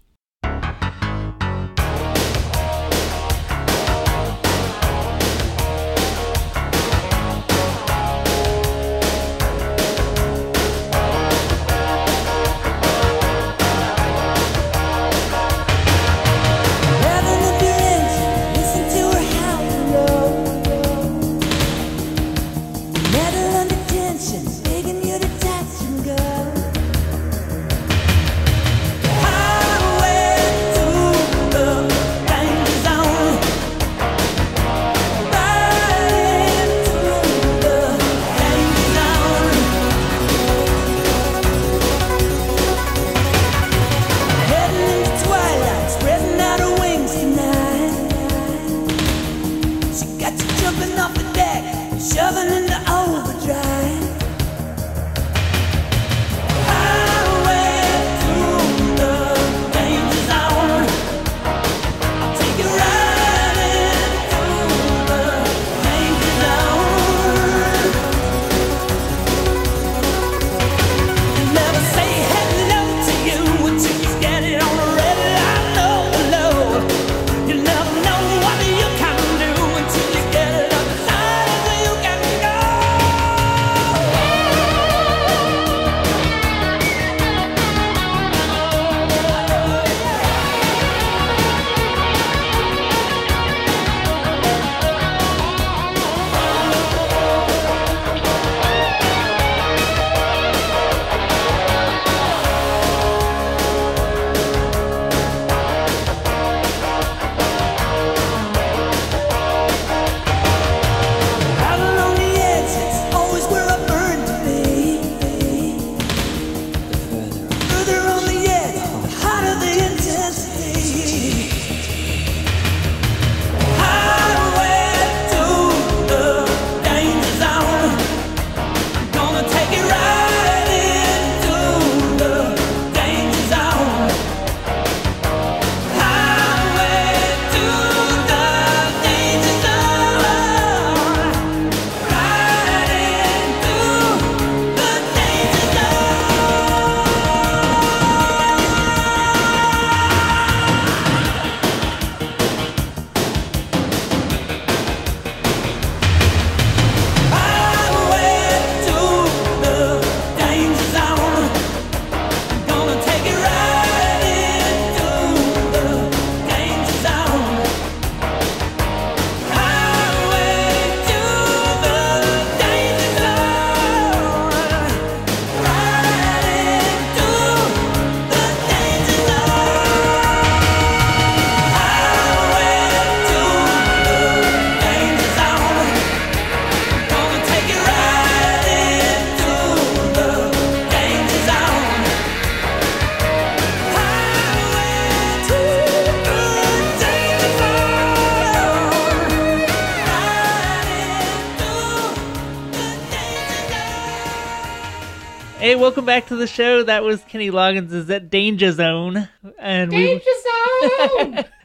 [SPEAKER 4] Hey, welcome back to the show. That was Kenny Loggins is at Danger Zone, and we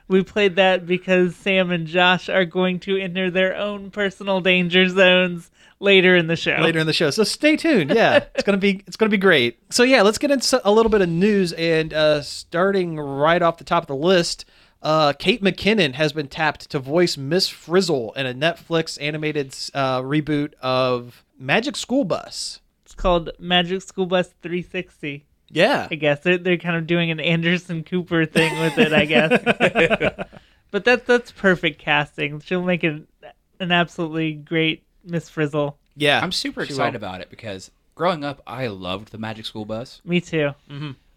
[SPEAKER 4] we played that because Sam and Josh are going to enter their own personal danger zones later in the show.
[SPEAKER 1] later in the show. So stay tuned.
[SPEAKER 4] <laughs>
[SPEAKER 1] Yeah, it's gonna be it's gonna be great. So yeah, let's get into a little bit of news and uh, starting right off the top of the list. Uh, Kate McKinnon has been tapped to voice Miss Frizzle in a Netflix animated uh, reboot of Magic School Bus.
[SPEAKER 4] It's called Magic School Bus 360.
[SPEAKER 1] Yeah,
[SPEAKER 4] I guess they're they're kind of doing an Anderson Cooper thing with it.
[SPEAKER 1] <laughs>
[SPEAKER 4] I guess. but that that's perfect casting. She'll make an an absolutely great Miss Frizzle.
[SPEAKER 1] yeah.
[SPEAKER 2] I'm super
[SPEAKER 1] She
[SPEAKER 2] excited
[SPEAKER 1] will.
[SPEAKER 2] about it because growing up, I loved the Magic School Bus.
[SPEAKER 4] Me too.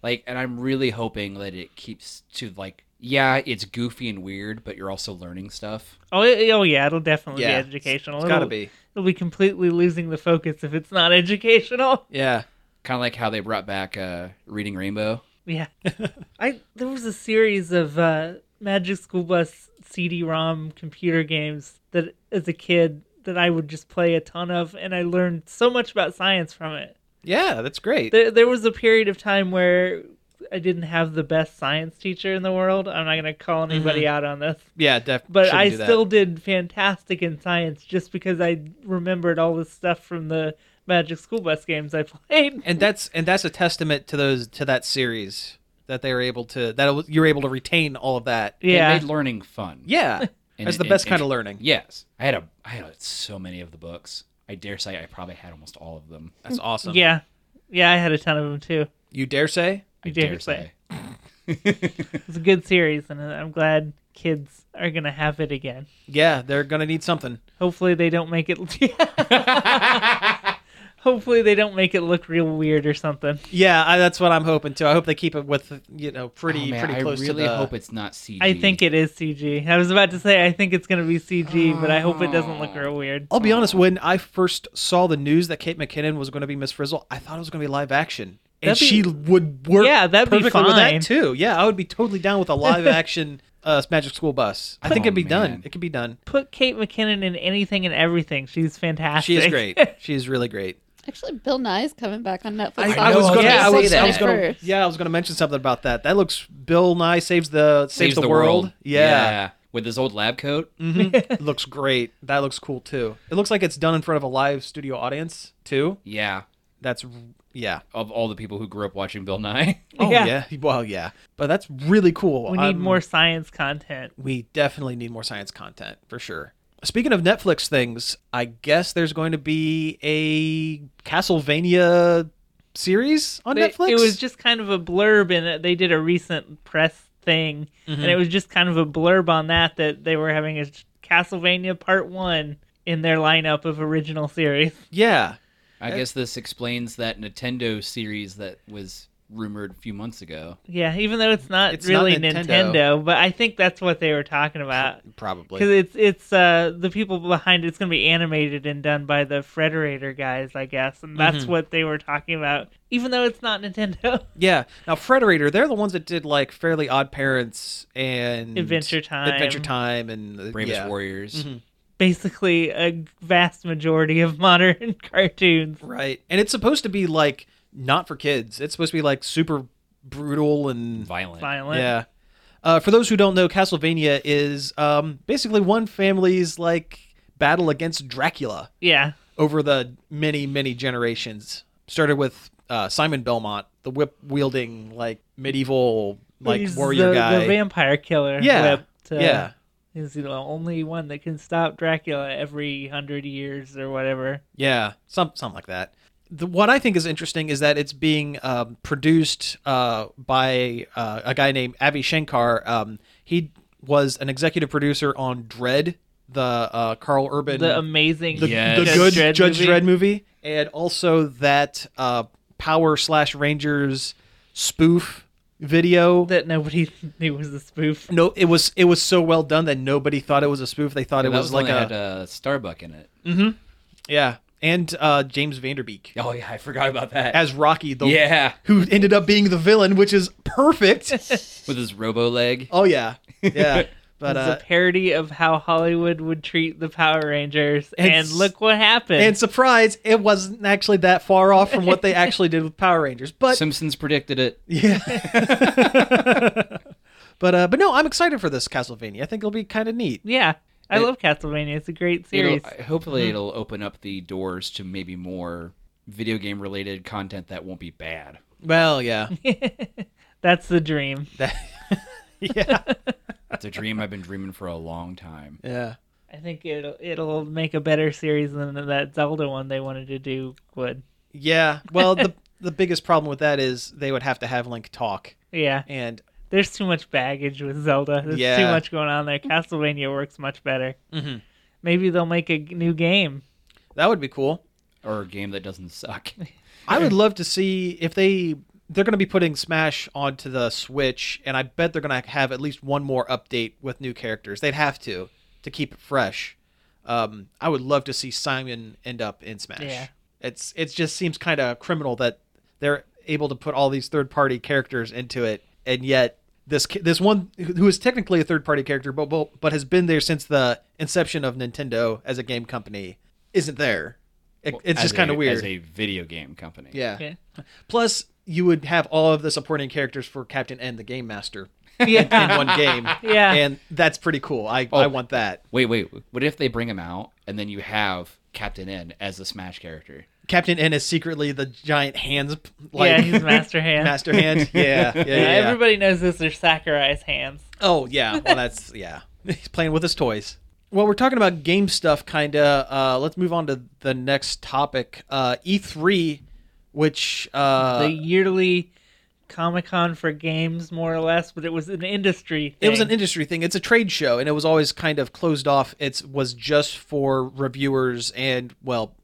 [SPEAKER 2] Like, and I'm really hoping that it keeps to like, yeah, it's goofy and weird, but you're also learning stuff.
[SPEAKER 4] Oh, it- oh yeah, it'll definitely
[SPEAKER 1] Yeah,
[SPEAKER 4] be educational.
[SPEAKER 1] It's gotta
[SPEAKER 4] It'll-
[SPEAKER 1] be.
[SPEAKER 4] It'll be completely losing the focus if it's not educational. <laughs>
[SPEAKER 1] Yeah.
[SPEAKER 2] Kind of like how they brought back uh, Reading Rainbow.
[SPEAKER 1] <laughs>
[SPEAKER 4] Yeah. I there was a series of uh, Magic School Bus CD-ROM computer games that, as a kid, that I would just play a ton of, and I learned so much about science from it.
[SPEAKER 1] Yeah, that's great.
[SPEAKER 4] There, there was a period of time where I didn't have the best science teacher in the world. I'm not gonna call anybody out on this.
[SPEAKER 1] yeah, definitely.
[SPEAKER 4] But I still did fantastic in science just because I remembered all this stuff from the Magic School Bus games I <laughs> played.
[SPEAKER 1] and that's and that's a testament to those to that series that they were able to that it was- you're able to retain all of that.
[SPEAKER 4] Yeah.
[SPEAKER 2] It made learning fun.
[SPEAKER 1] <laughs> Yeah,
[SPEAKER 2] And
[SPEAKER 1] that's
[SPEAKER 2] it-
[SPEAKER 1] the
[SPEAKER 2] and-
[SPEAKER 1] best
[SPEAKER 2] and-
[SPEAKER 1] kind of learning.
[SPEAKER 2] Yes. I had a I had so many of the books. I dare say I probably had almost all of them.
[SPEAKER 1] That's awesome.
[SPEAKER 4] Yeah. Yeah, I had a ton of them too.
[SPEAKER 1] You dare say?
[SPEAKER 2] I
[SPEAKER 4] You dare say. It's a good series, and I'm glad kids are gonna have it again.
[SPEAKER 1] Yeah, they're gonna need something.
[SPEAKER 4] Hopefully, they don't make it. <laughs> Hopefully, they don't make it look real weird or something.
[SPEAKER 1] Yeah, I, that's what I'm hoping too. I hope they keep it with you know pretty
[SPEAKER 2] Oh, man,
[SPEAKER 1] pretty close
[SPEAKER 2] I really
[SPEAKER 1] to the.
[SPEAKER 2] hope it's not CG.
[SPEAKER 4] I think it is CG. I was about to say I think it's gonna be CG, but I hope it doesn't
[SPEAKER 1] Oh.
[SPEAKER 4] look real weird.
[SPEAKER 1] I'll be honest. When I first saw the news that Kate McKinnon was going to be Miss Frizzle, I thought it was going to be live action, and
[SPEAKER 4] That'd be-
[SPEAKER 1] she would work.
[SPEAKER 4] Yeah, that'd be
[SPEAKER 1] perfectly with
[SPEAKER 4] fine.
[SPEAKER 1] that too. Yeah, I would be totally down with a
[SPEAKER 4] <laughs>
[SPEAKER 1] live action uh, Magic School Bus. I think
[SPEAKER 2] Oh,
[SPEAKER 1] it'd be
[SPEAKER 2] man.
[SPEAKER 1] done. It could be done.
[SPEAKER 4] Put Kate McKinnon in anything and everything. She's fantastic.
[SPEAKER 1] She is great.
[SPEAKER 4] <laughs>
[SPEAKER 1] She is really great.
[SPEAKER 3] Actually, Bill Nye's coming back on Netflix.
[SPEAKER 2] I
[SPEAKER 3] on
[SPEAKER 2] know, I was
[SPEAKER 3] October
[SPEAKER 2] gonna
[SPEAKER 1] yeah, I
[SPEAKER 2] say
[SPEAKER 1] was,
[SPEAKER 2] that.
[SPEAKER 1] I was gonna,
[SPEAKER 3] 21st.
[SPEAKER 1] yeah, I was gonna mention something about that. That looks Bill Nye saves the saves, the, world. Yeah, Mm. Mm-hmm.
[SPEAKER 2] With his old lab coat.
[SPEAKER 4] <laughs>
[SPEAKER 1] It looks great. That looks cool too. It looks like it's done in front of a live studio audience too.
[SPEAKER 2] Yeah.
[SPEAKER 1] That's yeah.
[SPEAKER 2] Of all the people who grew up watching Bill Nye. <laughs>
[SPEAKER 1] Oh
[SPEAKER 4] <laughs> Yeah.
[SPEAKER 1] yeah. <laughs> Well yeah. But that's really cool.
[SPEAKER 4] We need
[SPEAKER 1] I'm-
[SPEAKER 4] more science content.
[SPEAKER 1] We definitely need more science content for sure. Speaking of Netflix things, I guess there's going to be a Castlevania series on
[SPEAKER 4] They-
[SPEAKER 1] Netflix.
[SPEAKER 4] It was just kind of a blurb, and they did a recent press thing,
[SPEAKER 1] Mm-hmm. Hmm.
[SPEAKER 4] and it was just kind of a blurb on that that they were having a Castlevania Part One in their lineup of original series.
[SPEAKER 1] yeah.
[SPEAKER 2] I guess this explains that Nintendo series that was rumored a few months ago.
[SPEAKER 4] Yeah, even though it's not
[SPEAKER 1] It's not
[SPEAKER 4] really
[SPEAKER 1] Nintendo.
[SPEAKER 4] Nintendo. but I think that's what they were talking about
[SPEAKER 1] Probably.
[SPEAKER 4] because it's it's uh the people behind it's going to be animated and done by the Frederator guys, I guess, and that's
[SPEAKER 1] Mm-hmm.
[SPEAKER 4] what they were talking about. Even though it's not Nintendo, <laughs>
[SPEAKER 1] Yeah. Now, Frederator, they're the ones that did like Fairly Odd Parents and
[SPEAKER 4] Adventure Time.
[SPEAKER 1] Adventure Time, and uh,
[SPEAKER 2] Bravest
[SPEAKER 1] yeah.
[SPEAKER 2] Warriors.
[SPEAKER 4] basically a vast majority of modern <laughs> cartoons.
[SPEAKER 1] Right. And it's supposed to be like not for kids. It's supposed to be like super brutal and
[SPEAKER 2] Violent.
[SPEAKER 4] Violent.
[SPEAKER 1] yeah. Uh, for those who don't know, Castlevania is um, basically one family's like battle against Dracula
[SPEAKER 4] Yeah.
[SPEAKER 1] over the many many generations. Started with uh, Simon Belmont, the whip wielding like medieval like
[SPEAKER 4] He's
[SPEAKER 1] warrior
[SPEAKER 4] the,
[SPEAKER 1] guy.
[SPEAKER 4] the vampire killer.
[SPEAKER 1] yeah.
[SPEAKER 4] whip to-
[SPEAKER 1] yeah.
[SPEAKER 4] He's the only one that can stop Dracula every hundred years or whatever.
[SPEAKER 1] Yeah, some something like that. The, what I think is interesting is that it's being um, produced uh, by uh, a guy named Avi Shankar. Um, he was an executive producer on Dread, the uh, Carl Urban,
[SPEAKER 4] The amazing
[SPEAKER 1] the,
[SPEAKER 2] Yes.
[SPEAKER 1] the
[SPEAKER 4] Judge
[SPEAKER 1] good
[SPEAKER 4] Dredd
[SPEAKER 1] Judge
[SPEAKER 4] movie.
[SPEAKER 1] Dread movie, and also that uh, Power slash Rangers spoof video.
[SPEAKER 4] that nobody <laughs> knew was a spoof.
[SPEAKER 1] no, it was it was so well done that nobody thought it was a spoof. They thought
[SPEAKER 2] That
[SPEAKER 1] it was, like a
[SPEAKER 2] had uh, Starbuck in
[SPEAKER 1] <laughs>
[SPEAKER 2] it.
[SPEAKER 1] yeah, and uh, James Vanderbeek
[SPEAKER 2] Oh yeah, I forgot about
[SPEAKER 1] <laughs>
[SPEAKER 2] that.
[SPEAKER 1] as Rocky, the
[SPEAKER 2] yeah,
[SPEAKER 1] who <laughs> ended up being the villain, which is perfect.
[SPEAKER 2] with his robo leg.
[SPEAKER 1] oh yeah, yeah. But
[SPEAKER 4] it's
[SPEAKER 1] uh,
[SPEAKER 4] a parody of how Hollywood would treat the Power Rangers,
[SPEAKER 1] And
[SPEAKER 4] and
[SPEAKER 1] s-
[SPEAKER 4] look what happened.
[SPEAKER 1] and surprise, it wasn't actually that far off from what they actually did with Power Rangers. But
[SPEAKER 2] Simpsons predicted it.
[SPEAKER 1] yeah. <laughs> but uh, but no, I'm excited for this Castlevania. I think it'll be kind of neat.
[SPEAKER 4] yeah, I
[SPEAKER 2] It-
[SPEAKER 4] love Castlevania. It's a great
[SPEAKER 2] It'll,
[SPEAKER 4] series.
[SPEAKER 2] hopefully,
[SPEAKER 1] Mm-hmm.
[SPEAKER 2] it'll open up the doors to maybe more video game related content that won't be bad.
[SPEAKER 1] Well, yeah,
[SPEAKER 4] That's the dream.
[SPEAKER 1] <laughs> yeah,
[SPEAKER 2] It's a dream I've been dreaming for a long time.
[SPEAKER 1] yeah.
[SPEAKER 4] I think it'll it'll make a better series than that Zelda one they wanted to do would.
[SPEAKER 1] Yeah. Well, the the biggest problem with that is they would have to have Link talk,
[SPEAKER 4] Yeah,
[SPEAKER 1] and
[SPEAKER 4] there's too much baggage with Zelda. There's too
[SPEAKER 1] Yeah.
[SPEAKER 4] much going on there. Castlevania works much better.
[SPEAKER 1] Mhm.
[SPEAKER 4] Maybe they'll make a g- new game.
[SPEAKER 1] that would be cool.
[SPEAKER 2] Or a game that doesn't suck.
[SPEAKER 1] I would love to see if they they're going to be putting Smash onto the Switch, and I bet they're going to have at least one more update with new characters. They'd have to to keep it fresh. Um, I would love to see Simon end up in Smash.
[SPEAKER 4] Yeah.
[SPEAKER 1] It's it just seems kind of criminal that they're able to put all these third party characters into it, and yet this ki- this one who is technically a third party character, but, but but has been there since the inception of Nintendo as a game company, isn't there. It, <laughs> it's
[SPEAKER 2] As
[SPEAKER 1] just kind
[SPEAKER 2] a-
[SPEAKER 1] of weird.
[SPEAKER 2] As a video game company.
[SPEAKER 1] yeah.
[SPEAKER 4] Yeah.
[SPEAKER 1] Plus, you would have all of the supporting characters for Captain and the Game
[SPEAKER 4] <laughs>
[SPEAKER 1] Master in <laughs>
[SPEAKER 4] Yeah.
[SPEAKER 1] one game.
[SPEAKER 4] Yeah.
[SPEAKER 1] And that's pretty cool. I, I want that.
[SPEAKER 2] Wait, wait. What if they bring him out and then you have Captain N as a Smash character?
[SPEAKER 1] Captain N is secretly the giant hands. Like,
[SPEAKER 4] yeah,
[SPEAKER 1] <laughs>
[SPEAKER 4] he's Master Hand.
[SPEAKER 1] Master
[SPEAKER 4] <laughs>
[SPEAKER 1] Hand. Yeah. Yeah. yeah,
[SPEAKER 4] yeah,
[SPEAKER 1] yeah.
[SPEAKER 4] everybody knows this are Sakurai's hands.
[SPEAKER 1] Oh, yeah. Well, that's, yeah. <laughs> He's playing with his toys. Well, we're talking about game stuff, kind of. Uh, let's move on to the next topic uh, E3, which. Uh,
[SPEAKER 4] the yearly Comic Con for games, more or less, but it was an industry.
[SPEAKER 1] It was an
[SPEAKER 4] thing.
[SPEAKER 1] industry thing. It's a trade show, and it was always kind of closed off. It was just for reviewers and well,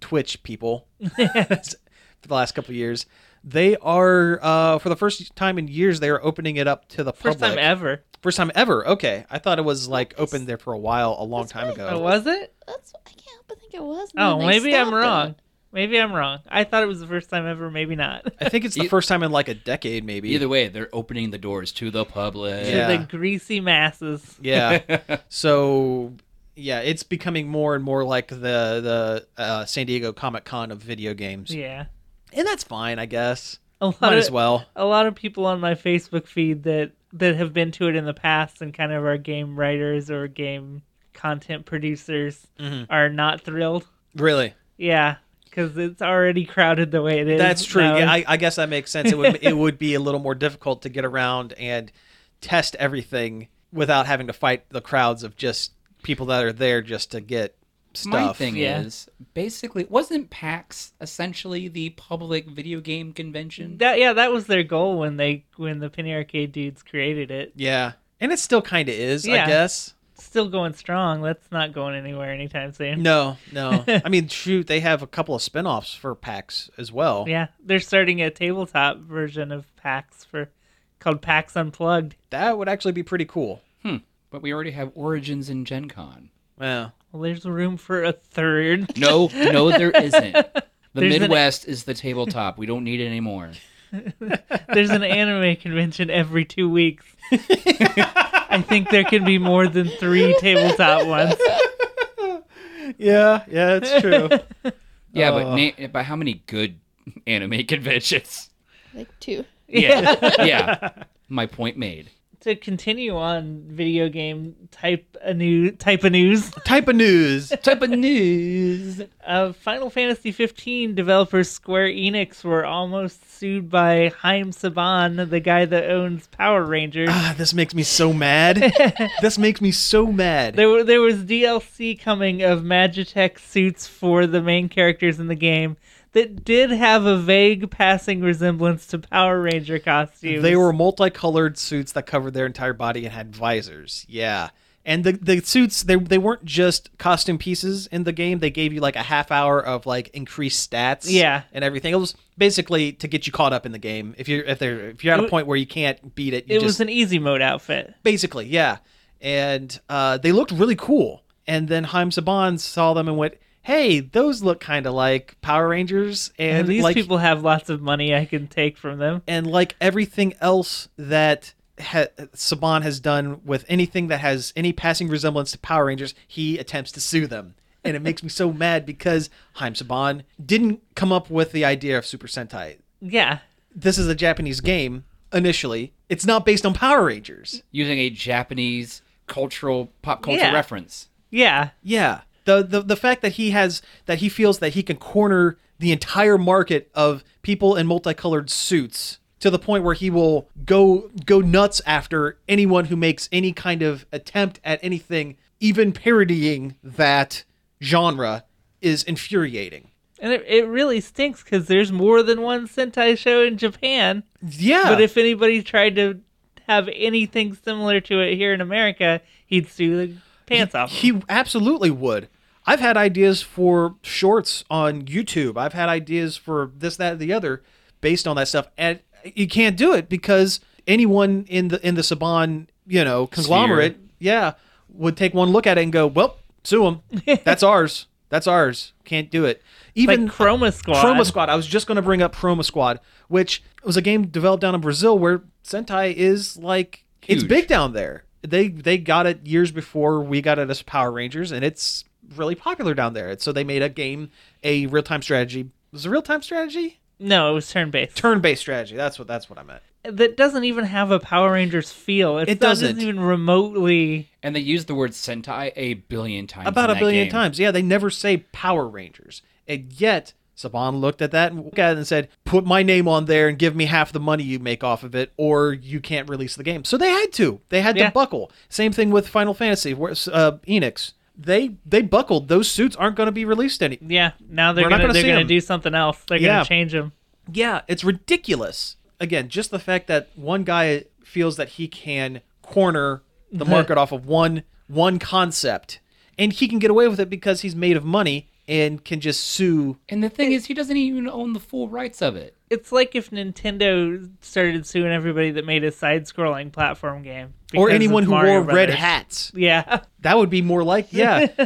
[SPEAKER 1] Twitch people.
[SPEAKER 4] <laughs>
[SPEAKER 1] <laughs> for the last couple of years, they are uh, for the first time in years they are opening it up to the
[SPEAKER 4] first
[SPEAKER 1] public.
[SPEAKER 4] time ever.
[SPEAKER 1] First time ever. Okay, I thought it was like open there for a while, a long time
[SPEAKER 3] right.
[SPEAKER 1] ago.
[SPEAKER 4] Oh, was it?
[SPEAKER 3] That's I can't help but think it was. and then
[SPEAKER 4] Oh,
[SPEAKER 3] they
[SPEAKER 4] maybe I'm
[SPEAKER 3] stopped it.
[SPEAKER 4] wrong. Maybe I'm wrong. I thought it was the first time ever. Maybe not. <laughs>
[SPEAKER 1] I think it's the
[SPEAKER 2] E-
[SPEAKER 1] first time in like a decade, maybe.
[SPEAKER 2] Either way, they're opening the doors to the public.
[SPEAKER 1] Yeah.
[SPEAKER 4] To the greasy masses. <laughs>
[SPEAKER 1] Yeah. So yeah, it's becoming more and more like the the uh, San Diego Comic Con of video games,
[SPEAKER 4] Yeah,
[SPEAKER 1] and that's fine, I guess.
[SPEAKER 4] a lot
[SPEAKER 1] Might
[SPEAKER 4] of
[SPEAKER 1] as well.
[SPEAKER 4] a lot of people on my Facebook feed that that have been to it in the past and kind of are game writers or game content producers
[SPEAKER 1] Mm-hmm.
[SPEAKER 4] are not thrilled.
[SPEAKER 1] Really?
[SPEAKER 4] Yeah, because it's already crowded the way it is.
[SPEAKER 1] That's true.
[SPEAKER 4] now.
[SPEAKER 1] Yeah, I, I guess that makes sense. It would <laughs> it would be a little more difficult to get around and test everything without having to fight the crowds of just people that are there just to get stuff.
[SPEAKER 2] <laughs> My thing
[SPEAKER 4] Yeah.
[SPEAKER 2] is basically wasn't PAX essentially the public video game convention?
[SPEAKER 4] That yeah, that was their goal when they when the Penny Arcade dudes created it.
[SPEAKER 1] Yeah, and it still kind of is, I
[SPEAKER 4] Yeah.
[SPEAKER 1] guess.
[SPEAKER 4] Still going strong. That's not going anywhere anytime soon.
[SPEAKER 1] No,
[SPEAKER 2] <laughs>
[SPEAKER 1] no. I mean, shoot, they have a couple of spin-offs for PAX as well.
[SPEAKER 4] Yeah, they're starting a tabletop version of PAX for called PAX Unplugged.
[SPEAKER 1] That would actually be pretty cool.
[SPEAKER 2] But we already have Origins and Gen Con.
[SPEAKER 1] Yeah.
[SPEAKER 4] Well, there's room for a third.
[SPEAKER 2] No, no, there isn't. The
[SPEAKER 4] There's an-
[SPEAKER 2] Midwest is the tabletop. We don't need it anymore.
[SPEAKER 4] There's an anime convention every two weeks. I think there can be more than three tabletop ones.
[SPEAKER 1] Yeah, yeah, it's true.
[SPEAKER 2] Yeah,
[SPEAKER 1] Oh.
[SPEAKER 2] but na- but how many good <laughs> anime conventions?
[SPEAKER 3] Like two.
[SPEAKER 2] Yeah, yeah. My point made.
[SPEAKER 4] <laughs> To continue on video game type a new type of news.
[SPEAKER 1] <laughs> Type of news.
[SPEAKER 2] Type of news.
[SPEAKER 4] Uh, Final Fantasy 15 developers Square Enix were almost sued by Haim Saban, the guy that owns Power Rangers.
[SPEAKER 1] Ah, this makes me so
[SPEAKER 2] <laughs>
[SPEAKER 1] mad. this makes me so mad.
[SPEAKER 4] There, were, there was DLC coming of Magitech suits for the main characters in the game that did have a vague passing resemblance to Power Ranger costumes.
[SPEAKER 1] They were multicolored suits that covered their entire body and had visors. Yeah. And the, the suits they they weren't just costume pieces in the game. They gave you like a half hour of like increased stats
[SPEAKER 4] Yeah.
[SPEAKER 1] and everything. It was basically to get you caught up in the game. If you're if they're if you're at a
[SPEAKER 4] It wa-
[SPEAKER 1] point where you can't beat it, you
[SPEAKER 4] It
[SPEAKER 1] just
[SPEAKER 4] was an easy mode outfit.
[SPEAKER 1] basically, yeah. And uh, they looked really cool. And then Haim Saban saw them and went, Hey, those look kinda like Power Rangers and,
[SPEAKER 4] And these
[SPEAKER 1] like
[SPEAKER 4] people have lots of money I can take from them.
[SPEAKER 1] and like everything else that ha- Saban has done with anything that has any passing resemblance to Power Rangers, he attempts to sue them. And it makes me so mad because Haim Saban didn't come up with the idea of Super Sentai.
[SPEAKER 4] Yeah.
[SPEAKER 1] This is a Japanese game initially. It's not based on Power Rangers.
[SPEAKER 2] using a Japanese cultural pop culture
[SPEAKER 4] Yeah.
[SPEAKER 2] reference.
[SPEAKER 4] Yeah.
[SPEAKER 1] Yeah. The, the the fact that he has that he feels that he can corner the entire market of people in multicolored suits to the point where he will go go nuts after anyone who makes any kind of attempt at anything even parodying that genre is infuriating.
[SPEAKER 4] And it, it really stinks because there's more than one Sentai show in Japan.
[SPEAKER 1] Yeah.
[SPEAKER 4] But if anybody tried to have anything similar to it here in America, he'd sue the pants off. 'em.
[SPEAKER 1] He absolutely would. I've had ideas for shorts on YouTube. I've had ideas for this, that, and the other, based on that stuff, and you can't do it because anyone in the in the Saban, you know, conglomerate, yeah, would take one look at it and go, "Well, sue them. That's ours. That's ours. Can't do it."
[SPEAKER 4] like
[SPEAKER 1] Even
[SPEAKER 4] Chroma Squad.
[SPEAKER 1] Chroma Squad. I was just going to bring up Chroma Squad, which was a game developed down in Brazil where Sentai is like it's
[SPEAKER 2] Huge.
[SPEAKER 1] big down there. They they got it years before we got it as Power Rangers, and it's really popular down there. So they made a game, a real time strategy. Was it real time strategy?
[SPEAKER 4] No, it was turn based.
[SPEAKER 1] Turn based strategy. That's what that's what I meant.
[SPEAKER 4] that doesn't even have a Power Rangers feel. It's
[SPEAKER 1] It
[SPEAKER 4] not-
[SPEAKER 1] doesn't.
[SPEAKER 4] even remotely.
[SPEAKER 2] And they used the word Sentai a billion times.
[SPEAKER 1] About
[SPEAKER 2] in
[SPEAKER 1] a
[SPEAKER 2] that
[SPEAKER 1] billion
[SPEAKER 2] game.
[SPEAKER 1] times. Yeah, they never say Power Rangers, and yet. Saban looked at that and looked at it and said, "Put my name on there and give me half the money you make off of it, or you can't release the game." So they had to. They had
[SPEAKER 4] Yeah.
[SPEAKER 1] to buckle. Same thing with Final Fantasy, where uh, Enix. They they buckled. Those suits aren't going to be released any.
[SPEAKER 4] Yeah. Now they're
[SPEAKER 1] We're not
[SPEAKER 4] gonna,
[SPEAKER 1] gonna
[SPEAKER 4] they're
[SPEAKER 1] see
[SPEAKER 4] gonna
[SPEAKER 1] 'em.
[SPEAKER 4] do something else. They're
[SPEAKER 1] Yeah.
[SPEAKER 4] gonna change them.
[SPEAKER 1] Yeah, it's ridiculous. Again, just the fact that one guy feels that he can corner the market off of one one concept, and he can get away with it because he's made of money and can just sue.
[SPEAKER 2] And the thing is, he doesn't even own the full rights of it.
[SPEAKER 4] It's like if Nintendo started suing everybody that made a side-scrolling platform game,
[SPEAKER 1] Or
[SPEAKER 4] because
[SPEAKER 1] anyone
[SPEAKER 4] it's
[SPEAKER 1] who
[SPEAKER 4] Mario
[SPEAKER 1] wore red
[SPEAKER 4] Brothers.
[SPEAKER 1] hats.
[SPEAKER 4] <laughs> Yeah,
[SPEAKER 1] That would be more like,
[SPEAKER 4] <laughs>
[SPEAKER 1] yeah. <laughs>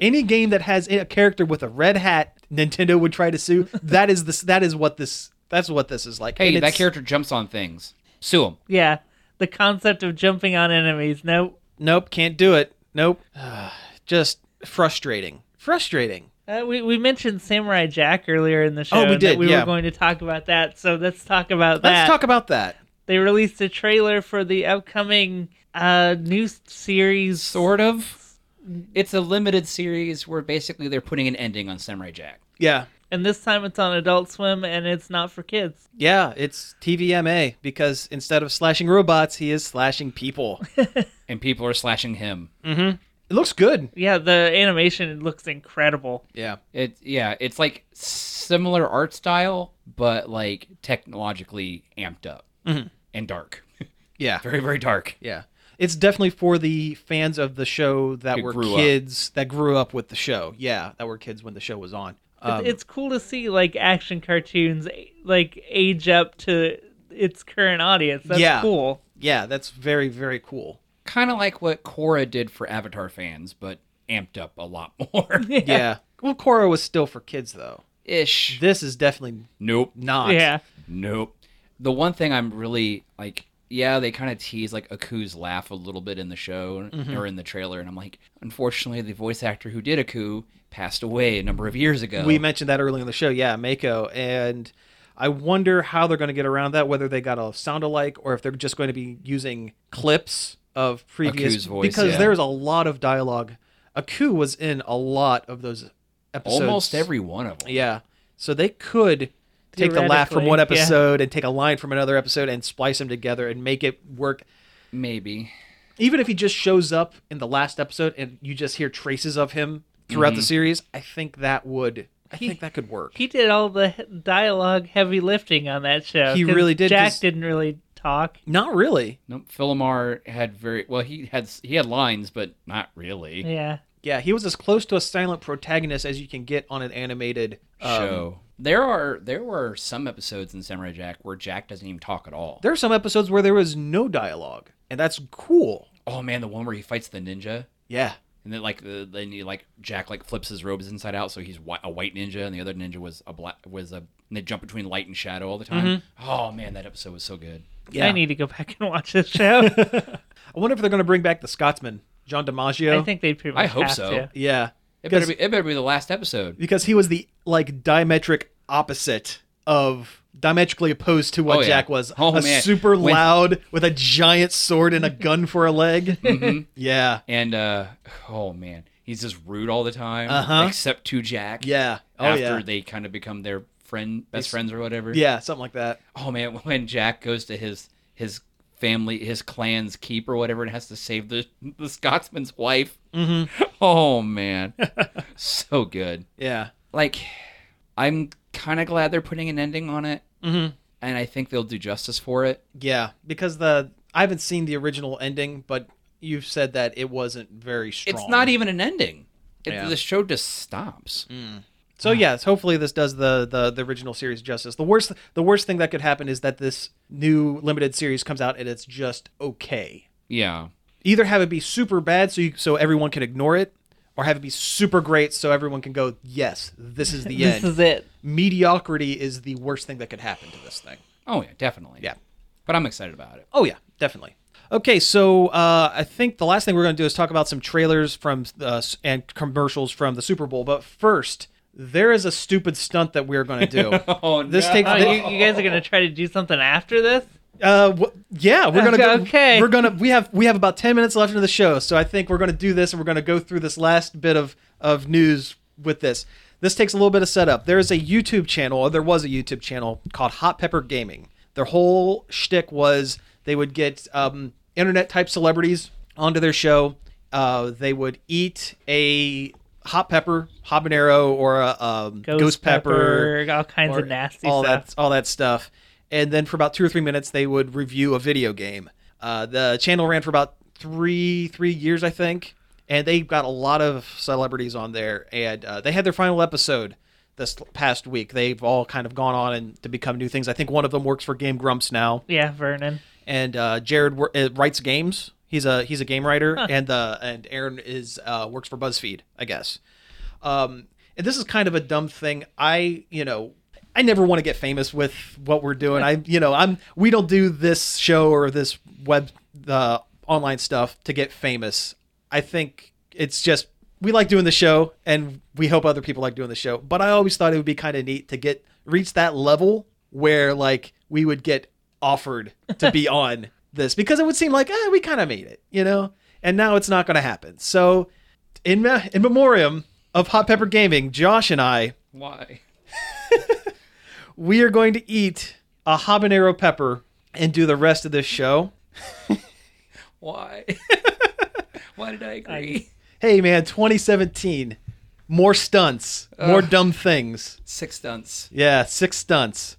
[SPEAKER 1] Any game that has a character with a red hat, Nintendo would try to sue. That is this. That is what this. That's what this is like.
[SPEAKER 2] Hey,
[SPEAKER 1] And
[SPEAKER 2] that
[SPEAKER 1] it's-
[SPEAKER 2] character jumps on things. Sue him.
[SPEAKER 4] yeah. The concept of jumping on enemies. No,
[SPEAKER 1] Nope, can't do it. Nope. <sighs> Just frustrating. Frustrating.
[SPEAKER 4] uh, we we mentioned Samurai Jack earlier in the show.
[SPEAKER 1] Oh, we
[SPEAKER 4] and that
[SPEAKER 1] did,
[SPEAKER 4] We were
[SPEAKER 1] yeah.
[SPEAKER 4] going to talk about that, so let's talk about that.
[SPEAKER 1] Let's talk about that.
[SPEAKER 4] they released a trailer for the upcoming uh, new series.
[SPEAKER 2] Sort of. It's a limited series where basically they're putting an ending on Samurai Jack.
[SPEAKER 1] Yeah.
[SPEAKER 4] And this time it's on Adult Swim and it's not for kids.
[SPEAKER 1] Yeah, it's TVMA because instead of slashing robots, he is slashing people.
[SPEAKER 2] And people are slashing him.
[SPEAKER 1] <laughs> it looks good.
[SPEAKER 4] Yeah, the animation looks incredible.
[SPEAKER 1] Yeah.
[SPEAKER 2] It yeah, it's like similar art style, but like technologically amped up
[SPEAKER 1] Mm-hmm.
[SPEAKER 2] and dark. <laughs>
[SPEAKER 1] Yeah.
[SPEAKER 2] very, very dark.
[SPEAKER 1] Yeah. It's definitely for the fans of the show that
[SPEAKER 2] Who
[SPEAKER 1] were
[SPEAKER 2] grew up.
[SPEAKER 1] kids that grew up with the show. Yeah, that were kids when the show was on.
[SPEAKER 4] It's-
[SPEAKER 1] Um,
[SPEAKER 4] it's cool to see like action cartoons like age up to its current audience. That's
[SPEAKER 1] Yeah.
[SPEAKER 4] cool.
[SPEAKER 1] yeah, that's very very cool.
[SPEAKER 2] Kind of like what Korra did for Avatar fans, but amped up a lot <laughs> more.
[SPEAKER 1] <laughs> Yeah. Well, Korra was still for kids though.
[SPEAKER 2] Ish.
[SPEAKER 1] This is definitely
[SPEAKER 2] Nope.
[SPEAKER 1] not.
[SPEAKER 4] Yeah.
[SPEAKER 2] Nope. The one thing I'm really like, yeah, they kind of tease like Aku's laugh a little bit in the show
[SPEAKER 1] Mm-hmm.
[SPEAKER 2] or in the trailer, and I'm like, unfortunately, the voice actor who did Aku passed away a number of years ago.
[SPEAKER 1] We mentioned that earlier in the show. Yeah, Mako. And I wonder how they're going to get around that, whether they got a sound alike or if they're just going to be using clips of previous.
[SPEAKER 2] Aku's voice,
[SPEAKER 1] because
[SPEAKER 2] yeah.
[SPEAKER 1] there's a lot of dialogue. Aku was in a lot of those episodes.
[SPEAKER 2] Almost every one of them.
[SPEAKER 1] Yeah. So they could take the laugh from one
[SPEAKER 4] Theoretically, yeah.
[SPEAKER 1] episode and take a line from another episode and splice them together and make it work.
[SPEAKER 2] Maybe.
[SPEAKER 1] Even if he just shows up in the last episode and you just hear traces of him throughout
[SPEAKER 2] Mm-hmm.
[SPEAKER 1] the series, I think that would. I think that could work.
[SPEAKER 4] He did all the he- dialogue heavy lifting on that show.
[SPEAKER 1] He
[SPEAKER 4] 'cause
[SPEAKER 1] really did,
[SPEAKER 4] Jack
[SPEAKER 1] 'cause-
[SPEAKER 4] didn't really talk.
[SPEAKER 1] Not really.
[SPEAKER 2] Nope. Philomar had very well. He had he had lines, but not really.
[SPEAKER 4] Yeah.
[SPEAKER 1] Yeah, he was as close to a silent protagonist as you can get on an animated um,
[SPEAKER 2] show. There are there were some episodes in Samurai Jack where Jack doesn't even talk at all.
[SPEAKER 1] There are some episodes where there was no dialogue, and that's cool.
[SPEAKER 2] Oh man, the one where he fights the ninja.
[SPEAKER 1] Yeah.
[SPEAKER 2] And then like the, then you like Jack like flips his robes inside out, so he's whi- a white ninja, and the other ninja was a black was a. And they jump between light and shadow all the time.
[SPEAKER 1] Mm-hmm.
[SPEAKER 2] Oh man, that episode was so good.
[SPEAKER 1] Yeah.
[SPEAKER 4] I need to go back and watch this <laughs> show.
[SPEAKER 1] I wonder if they're going to bring back the Scotsman, John DiMaggio.
[SPEAKER 4] I think they pretty much
[SPEAKER 2] I hope
[SPEAKER 4] have
[SPEAKER 2] so.
[SPEAKER 4] to.
[SPEAKER 1] yeah,
[SPEAKER 2] It better
[SPEAKER 1] Because-
[SPEAKER 2] be. It better be the last episode.
[SPEAKER 1] because he was the like diametric opposite of diametrically opposed to what
[SPEAKER 2] Oh, yeah.
[SPEAKER 1] Jack was.
[SPEAKER 2] Oh,
[SPEAKER 1] a
[SPEAKER 2] man.
[SPEAKER 1] super
[SPEAKER 2] When-
[SPEAKER 1] loud with a giant sword and a gun for a
[SPEAKER 2] <laughs>
[SPEAKER 1] leg.
[SPEAKER 2] Mm-hmm.
[SPEAKER 1] <laughs> Yeah,
[SPEAKER 2] And uh oh man, he's just rude all the time,
[SPEAKER 1] Uh-huh.
[SPEAKER 2] except to Jack.
[SPEAKER 1] yeah. Oh
[SPEAKER 2] after
[SPEAKER 1] yeah.
[SPEAKER 2] they kind of become their friend, best
[SPEAKER 1] It's-
[SPEAKER 2] friends or whatever.
[SPEAKER 1] yeah, something like that.
[SPEAKER 2] Oh man, <laughs> when Jack goes to his his family, his clan's keep or whatever, and has to save the <laughs> the Scotsman's wife. Mm-hmm. <laughs> Oh
[SPEAKER 1] <laughs>
[SPEAKER 2] man, so good.
[SPEAKER 1] Yeah.
[SPEAKER 2] Like, I'm kind of glad they're putting an ending on it,
[SPEAKER 1] Mhm.
[SPEAKER 2] and I think they'll do justice for it.
[SPEAKER 1] Yeah, because the I haven't seen the original ending, but you've said that it wasn't very strong.
[SPEAKER 2] It's not even an ending. It,
[SPEAKER 1] Yeah. Mm.
[SPEAKER 2] The show just stops.
[SPEAKER 1] So yes, hopefully this does the, the the original series justice. The worst the worst thing that could happen is that this new limited series comes out and it's just okay.
[SPEAKER 2] Yeah.
[SPEAKER 1] Either have it be super bad so you, so everyone can ignore it, or have it be super great so everyone can go, yes, this is the
[SPEAKER 4] <laughs> This
[SPEAKER 1] end.
[SPEAKER 4] is it.
[SPEAKER 1] Mediocrity is the worst thing that could happen to this thing.
[SPEAKER 2] Oh yeah, definitely.
[SPEAKER 1] Yeah.
[SPEAKER 2] But I'm excited about it. <laughs>
[SPEAKER 1] Oh yeah, definitely. Okay, so uh, I think the last thing we're going to do is talk about some trailers from uh, s- and commercials from the Super Bowl. But first, there is a stupid stunt that we're going to do.
[SPEAKER 2] Oh,
[SPEAKER 1] This takes
[SPEAKER 4] <laughs> Oh,
[SPEAKER 1] thi-
[SPEAKER 4] you, you guys are gonna try to do something after this?
[SPEAKER 1] uh, wh- yeah, we're going to go.
[SPEAKER 4] Okay.
[SPEAKER 1] we're going to we have we have about ten minutes left in the show, so I think we're going to do this and we're going to go through this last bit of of news with this. This takes a little bit of setup. There is a YouTube channel, or there was a YouTube channel called Hot Pepper Gaming. Their whole shtick was they would get um, internet type celebrities onto their show. Uh, they would eat a hot pepper, habanero, or a um, ghost, pepper
[SPEAKER 4] all kinds
[SPEAKER 1] or
[SPEAKER 4] of nasty
[SPEAKER 1] all
[SPEAKER 4] stuff.
[SPEAKER 1] that all that stuff. And then for about two or three minutes, they would review a video game. Uh, the channel ran for about three three years, I think, and they got a lot of celebrities on there. And uh, they had their final episode this past week. They've all kind of gone on and to become new things. I think one of them works for Game Grumps now,
[SPEAKER 4] Yeah, Vernon.
[SPEAKER 1] and uh, Jared wor- uh, writes games. He's a he's a game writer, and uh, and Aaron is uh, works for BuzzFeed, I guess. Um, and this is kind of a dumb thing. I, you know, I never want to get famous with what we're doing. I, you know, I'm we don't do this show or this web the online stuff to get famous. I think it's just we like doing the show and we hope other people like doing the show. But I always thought it would be kind of neat to get reach that level where like we would get offered to be on this because it would seem like eh, we kind of made it, you know. And now it's not going to happen. So in me- in memoriam of Hot Pepper Gaming, Josh and I,
[SPEAKER 2] Why?
[SPEAKER 1] we are going to eat a habanero pepper and do the rest of this show. <laughs>
[SPEAKER 2] Why? <laughs> Why did I agree?
[SPEAKER 1] Hey man, 2017, more stunts, more dumb things.
[SPEAKER 2] Six stunts.
[SPEAKER 1] Yeah, six stunts.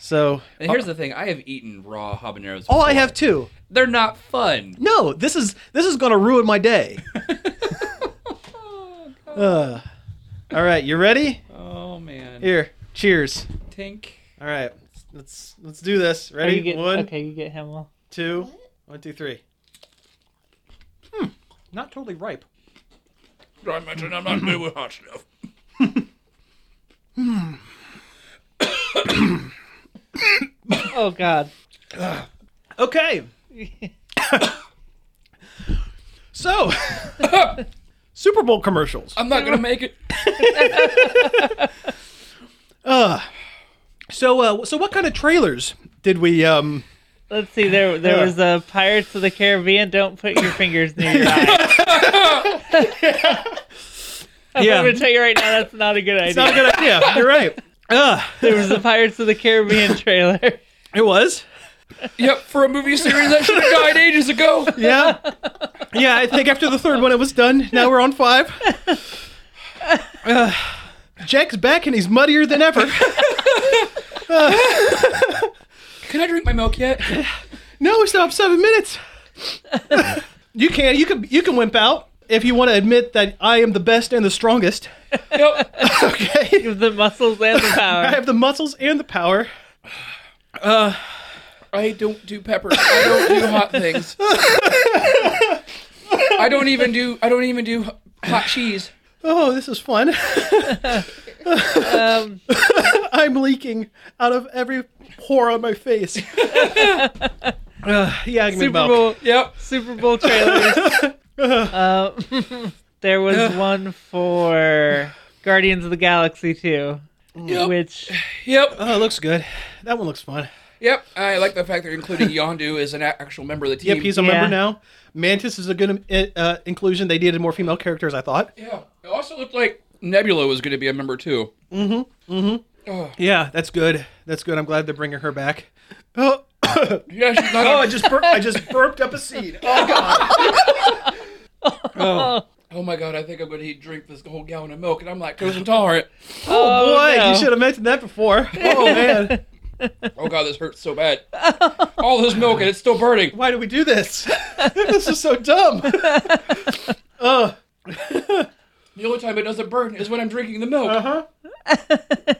[SPEAKER 1] So
[SPEAKER 2] And here's the thing: I have eaten raw habaneros.
[SPEAKER 1] oh, I
[SPEAKER 2] before.
[SPEAKER 1] have two.
[SPEAKER 2] They're not fun.
[SPEAKER 1] No, this is this is going to ruin my
[SPEAKER 4] <laughs>
[SPEAKER 1] day. Ugh. all right, you ready?
[SPEAKER 2] Oh man.
[SPEAKER 1] Here, cheers.
[SPEAKER 2] Tink.
[SPEAKER 1] All right, let's let's do this.
[SPEAKER 4] Are
[SPEAKER 1] Ready?
[SPEAKER 4] you get-
[SPEAKER 1] One,
[SPEAKER 4] Okay, you get him all.
[SPEAKER 1] two,
[SPEAKER 3] What?
[SPEAKER 1] one, two, three. Hmm, not totally ripe.
[SPEAKER 2] Did I mention I'm not good with hot stuff?
[SPEAKER 4] Oh God.
[SPEAKER 1] <coughs> Okay. <coughs> so, Super Bowl commercials.
[SPEAKER 2] I'm not gonna make it.
[SPEAKER 1] Uh, so, uh, so what kind of trailers did we? Um,
[SPEAKER 4] Let's
[SPEAKER 1] <laughs>
[SPEAKER 4] see. There, there was a Pirates of the Caribbean. Don't put your fingers near
[SPEAKER 1] <laughs>
[SPEAKER 4] your eyes. I'm gonna tell you right now, that's not a good idea.
[SPEAKER 1] it's not a good <laughs> idea. You're right. Uh,
[SPEAKER 4] There was the Pirates of the Caribbean trailer. <laughs>
[SPEAKER 1] it was.
[SPEAKER 2] Yep, for a movie series that should have died ages ago.
[SPEAKER 1] Yeah, yeah. I think after the third one, it was done. Now we're on <laughs> five. Uh, Jack's back and he's muddier than <laughs> ever.
[SPEAKER 2] Can I drink my milk yet?
[SPEAKER 1] No, we still have seven minutes. you can you can you can wimp out if you want to admit that I am the best and the strongest. <laughs>
[SPEAKER 2] Yep.
[SPEAKER 1] Okay,
[SPEAKER 4] The muscles and the
[SPEAKER 1] <laughs> I
[SPEAKER 4] power.
[SPEAKER 1] have the muscles and the power.
[SPEAKER 2] I don't do pepper. I don't do hot things. I don't even do. I don't even do hot cheese.
[SPEAKER 1] Oh, this is fun.
[SPEAKER 4] Um,
[SPEAKER 1] <laughs> I'm leaking out of every pore on my
[SPEAKER 4] <laughs>
[SPEAKER 1] face. Ugh, yeah, give me
[SPEAKER 4] Super
[SPEAKER 1] milk.
[SPEAKER 4] Bowl,
[SPEAKER 2] Yep.
[SPEAKER 4] Super Bowl trailers. Uh, <laughs> there was one for Guardians of the Galaxy 2,
[SPEAKER 2] Yep.
[SPEAKER 4] which
[SPEAKER 2] Yep.
[SPEAKER 1] <laughs> Oh, it looks good. That one looks fun.
[SPEAKER 2] Yep. I like the fact they're including Yondu as an a- actual member of the team.
[SPEAKER 1] Yep, he's a
[SPEAKER 4] Yeah.
[SPEAKER 1] member now. Mantis is a good uh, inclusion. They needed more female characters, I thought.
[SPEAKER 2] Yeah. It also looked like Nebula was going to be a member too.
[SPEAKER 1] Yeah, that's good. That's good. I'm glad they're bringing her back. Oh, <coughs>
[SPEAKER 2] Yeah, she's not.
[SPEAKER 1] oh
[SPEAKER 2] on-
[SPEAKER 1] I just bur- I just burped up a seed. Oh god. oh,
[SPEAKER 2] oh my god! I think I'm going to drink this whole gallon of milk, and I'm lactose intolerant.
[SPEAKER 1] <laughs> oh, boy,
[SPEAKER 4] no.
[SPEAKER 1] you should have mentioned that before. <laughs> Oh man,
[SPEAKER 2] <laughs> Oh god, this hurts
[SPEAKER 1] <laughs>
[SPEAKER 2] so bad. All this milk, and it's still burning.
[SPEAKER 1] why do we do this? <laughs> this is so dumb. Oh,
[SPEAKER 2] The only time it doesn't burn is when I'm drinking the milk.
[SPEAKER 1] uh-huh.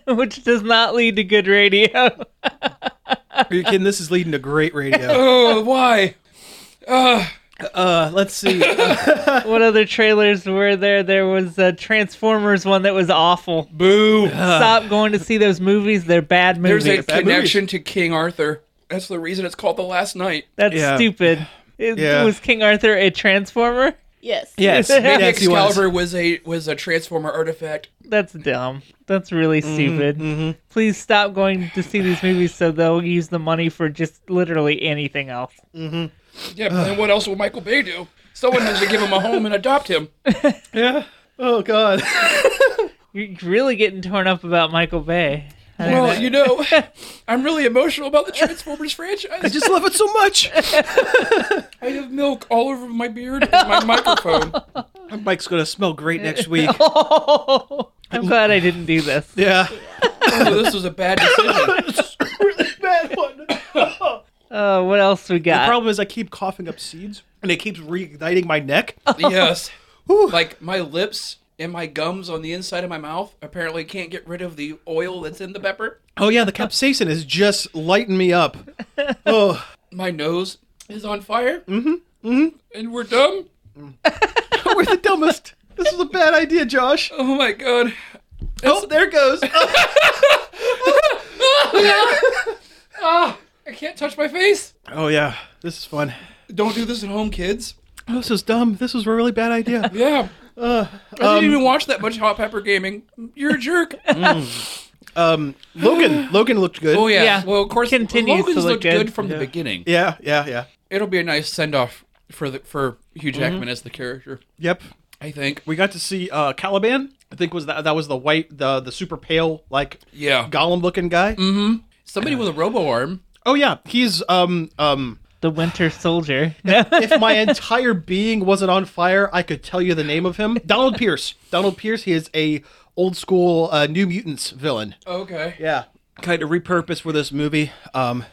[SPEAKER 4] <laughs> which does not lead to good radio. <laughs>
[SPEAKER 1] Are you kidding? This is leading to great radio.
[SPEAKER 2] Oh, why? Uh,
[SPEAKER 1] Uh, let's see.
[SPEAKER 4] what other trailers were there? There was a Transformers one that was awful.
[SPEAKER 1] Boo.
[SPEAKER 4] Stop going to see those movies. They're bad movies.
[SPEAKER 2] there's a
[SPEAKER 1] bad
[SPEAKER 2] connection to King Arthur. That's the reason it's called The Last Night.
[SPEAKER 4] That's
[SPEAKER 1] Yeah. <laughs>
[SPEAKER 4] stupid. It,
[SPEAKER 1] Yeah.
[SPEAKER 4] Was King Arthur a Transformer?
[SPEAKER 3] Yes.
[SPEAKER 1] <laughs> yes,
[SPEAKER 4] Maybe
[SPEAKER 1] yes, he was.
[SPEAKER 2] Excalibur was. a was a Transformer artifact.
[SPEAKER 4] That's dumb. That's really
[SPEAKER 1] Mm-hmm,
[SPEAKER 4] stupid. Please stop going to see these movies so they'll use the money for just literally anything else.
[SPEAKER 2] Yeah, but then what else will Michael Bay do? Someone has to give him a home and
[SPEAKER 1] <laughs>
[SPEAKER 2] adopt him.
[SPEAKER 1] Yeah. Oh god. <laughs>
[SPEAKER 4] You're really getting torn up about
[SPEAKER 1] <laughs>
[SPEAKER 4] Michael Bay.
[SPEAKER 2] Well, you know, <laughs> I'm really emotional about the Transformers franchise. I,
[SPEAKER 1] I just love it so much.
[SPEAKER 2] have milk all over my beard and my
[SPEAKER 1] <laughs>
[SPEAKER 2] microphone.
[SPEAKER 1] My mic's gonna smell great next <laughs> week. Oh.
[SPEAKER 4] I'm glad I didn't
[SPEAKER 1] <laughs>
[SPEAKER 4] do this.
[SPEAKER 1] Yeah.
[SPEAKER 2] Oh, this was a bad decision. <laughs>
[SPEAKER 1] really bad one.
[SPEAKER 4] Uh, what else we
[SPEAKER 1] The
[SPEAKER 4] got?
[SPEAKER 1] problem is I keep coughing up seeds and it keeps reigniting my neck.
[SPEAKER 2] Yes.
[SPEAKER 1] Whew.
[SPEAKER 2] Like my lips and my gums on the inside of my mouth apparently can't get rid of the oil that's in the pepper.
[SPEAKER 1] Oh yeah, the capsaicin is just lighting me
[SPEAKER 2] <laughs>
[SPEAKER 1] up. Oh, <laughs>
[SPEAKER 2] My nose is on fire. Mm-hmm. Mm-hmm. And we're dumb.
[SPEAKER 1] we're the dumbest. This is a bad idea, Josh.
[SPEAKER 2] Oh my god.
[SPEAKER 1] Oh, there it goes.
[SPEAKER 2] Ah, I can't touch my face.
[SPEAKER 1] <laughs> Oh yeah, this is fun.
[SPEAKER 2] Don't do this at home, kids.
[SPEAKER 1] Oh, this is dumb. This was a really bad
[SPEAKER 2] <laughs>
[SPEAKER 1] idea.
[SPEAKER 2] Yeah.
[SPEAKER 1] Uh,
[SPEAKER 2] I didn't even watch that much Hot Pepper Gaming. You're a jerk.
[SPEAKER 1] um, Logan. Logan looked good.
[SPEAKER 2] <laughs> Oh yeah.
[SPEAKER 4] Yeah.
[SPEAKER 2] Well, of course,
[SPEAKER 4] Continues to
[SPEAKER 2] Logan's
[SPEAKER 4] look
[SPEAKER 2] looked good,
[SPEAKER 4] good.
[SPEAKER 2] from the beginning.
[SPEAKER 1] Yeah, yeah, yeah.
[SPEAKER 2] It'll be a nice send off for the for Hugh Jackman as the character.
[SPEAKER 1] Yep.
[SPEAKER 2] I think.
[SPEAKER 1] We got to see uh, Caliban. I think was that that was the white, the the super pale, like
[SPEAKER 2] Yeah. Mm-hmm.
[SPEAKER 1] golem looking guy.
[SPEAKER 2] Somebody with a robo arm.
[SPEAKER 1] Oh yeah, he's um um.
[SPEAKER 4] the Winter
[SPEAKER 1] <laughs>
[SPEAKER 4] Soldier. No.
[SPEAKER 1] if my entire being wasn't on fire, I could tell you the name of him. Donald Pierce. Donald Pierce. He is a old school uh, New Mutants villain.
[SPEAKER 2] Oh, Okay.
[SPEAKER 1] Yeah, kind of repurposed for this movie. Um,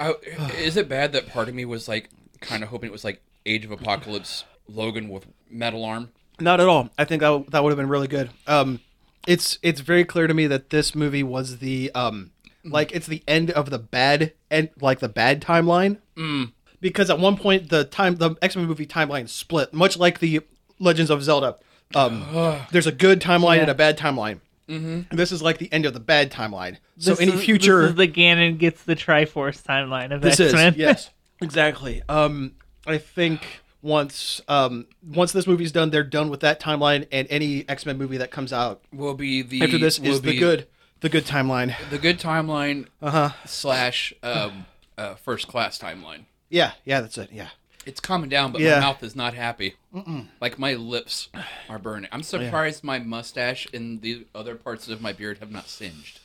[SPEAKER 2] I, is it bad that part of me was like kind of hoping it was like Age of Apocalypse Logan with metal arm?
[SPEAKER 1] not at all. I think that, w- that would have been really good. Um, it's it's very clear to me that this movie was the um like it's the end of the bad and like the bad timeline.
[SPEAKER 4] Mm.
[SPEAKER 1] Because at one point the time the X Men movie timeline split, much like the Legends of Zelda.
[SPEAKER 4] <sighs>
[SPEAKER 1] Um, there's a good timeline and a bad timeline. Mm-hmm. This is like the end of the bad timeline. So
[SPEAKER 4] This
[SPEAKER 1] any
[SPEAKER 4] is-
[SPEAKER 1] future
[SPEAKER 4] This is the Ganon gets the Triforce timeline of
[SPEAKER 1] this
[SPEAKER 4] X Men.
[SPEAKER 1] is yes <laughs> exactly um i think once um once this movie's done they're done with that timeline and any x-men movie that comes out
[SPEAKER 2] Will be the
[SPEAKER 1] after this
[SPEAKER 2] will
[SPEAKER 1] is the
[SPEAKER 2] be
[SPEAKER 1] good Uh-huh. the good timeline
[SPEAKER 2] the good timeline slash um, uh, first class timeline.
[SPEAKER 1] yeah yeah that's it yeah
[SPEAKER 2] It's calming down, but
[SPEAKER 1] Yeah.
[SPEAKER 2] my mouth is not happy. Like my lips are burning.
[SPEAKER 1] Oh,
[SPEAKER 2] I'm surprised my mustache and the other parts of my beard have
[SPEAKER 1] <sighs>
[SPEAKER 2] not singed.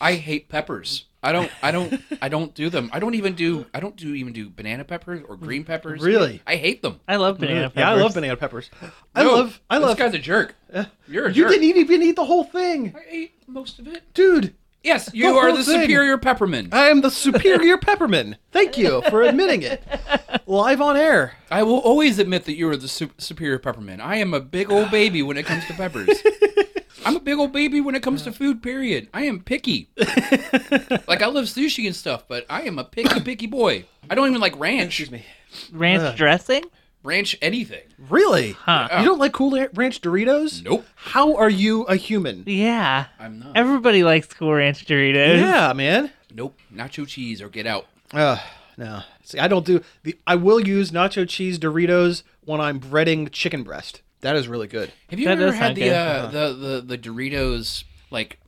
[SPEAKER 2] I hate peppers. I don't. I don't. I don't do them. I don't even do. I don't do even do banana peppers or green peppers.
[SPEAKER 1] Really?
[SPEAKER 2] I hate them.
[SPEAKER 4] <laughs> I love banana peppers.
[SPEAKER 1] yeah i love banana peppers i
[SPEAKER 2] No,
[SPEAKER 1] love i love Uh,
[SPEAKER 2] This guy's a jerk. You're a
[SPEAKER 1] you
[SPEAKER 2] jerk.
[SPEAKER 1] didn't e- even eat the whole thing
[SPEAKER 2] I ate most of it.
[SPEAKER 1] dude
[SPEAKER 2] Yes, you
[SPEAKER 1] The
[SPEAKER 2] are
[SPEAKER 1] whole
[SPEAKER 2] the
[SPEAKER 1] thing.
[SPEAKER 2] superior peppermint.
[SPEAKER 1] i am the
[SPEAKER 2] <laughs>
[SPEAKER 1] superior pepperman thank you for admitting it live on air
[SPEAKER 2] I will always admit that you are the su- superior peppermint. I am a big old baby when it comes to peppers.
[SPEAKER 1] <laughs>
[SPEAKER 2] I'm a big old baby when it comes to food. Period. I am
[SPEAKER 1] <laughs>
[SPEAKER 2] picky. like I love sushi and stuff, but I am a picky, picky boy. I don't even like ranch.
[SPEAKER 1] excuse me
[SPEAKER 4] Ranch dressing?
[SPEAKER 2] Ranch anything.
[SPEAKER 1] Really?
[SPEAKER 4] Huh.
[SPEAKER 1] You don't like Cool Ranch Doritos?
[SPEAKER 2] Nope.
[SPEAKER 1] How are you a human?
[SPEAKER 4] Yeah.
[SPEAKER 2] I'm not.
[SPEAKER 4] Everybody likes Cool Ranch Doritos.
[SPEAKER 1] Oh. Yeah, man.
[SPEAKER 2] nope. Nacho cheese or get out.
[SPEAKER 1] Ugh, no. See, I don't do the. I will use nacho cheese Doritos when I'm breading chicken breast. That is really good. Uh-huh.
[SPEAKER 2] Have you
[SPEAKER 4] That
[SPEAKER 2] ever
[SPEAKER 4] does
[SPEAKER 2] had
[SPEAKER 4] sound
[SPEAKER 2] the,
[SPEAKER 4] good.
[SPEAKER 2] uh, the the the Doritos like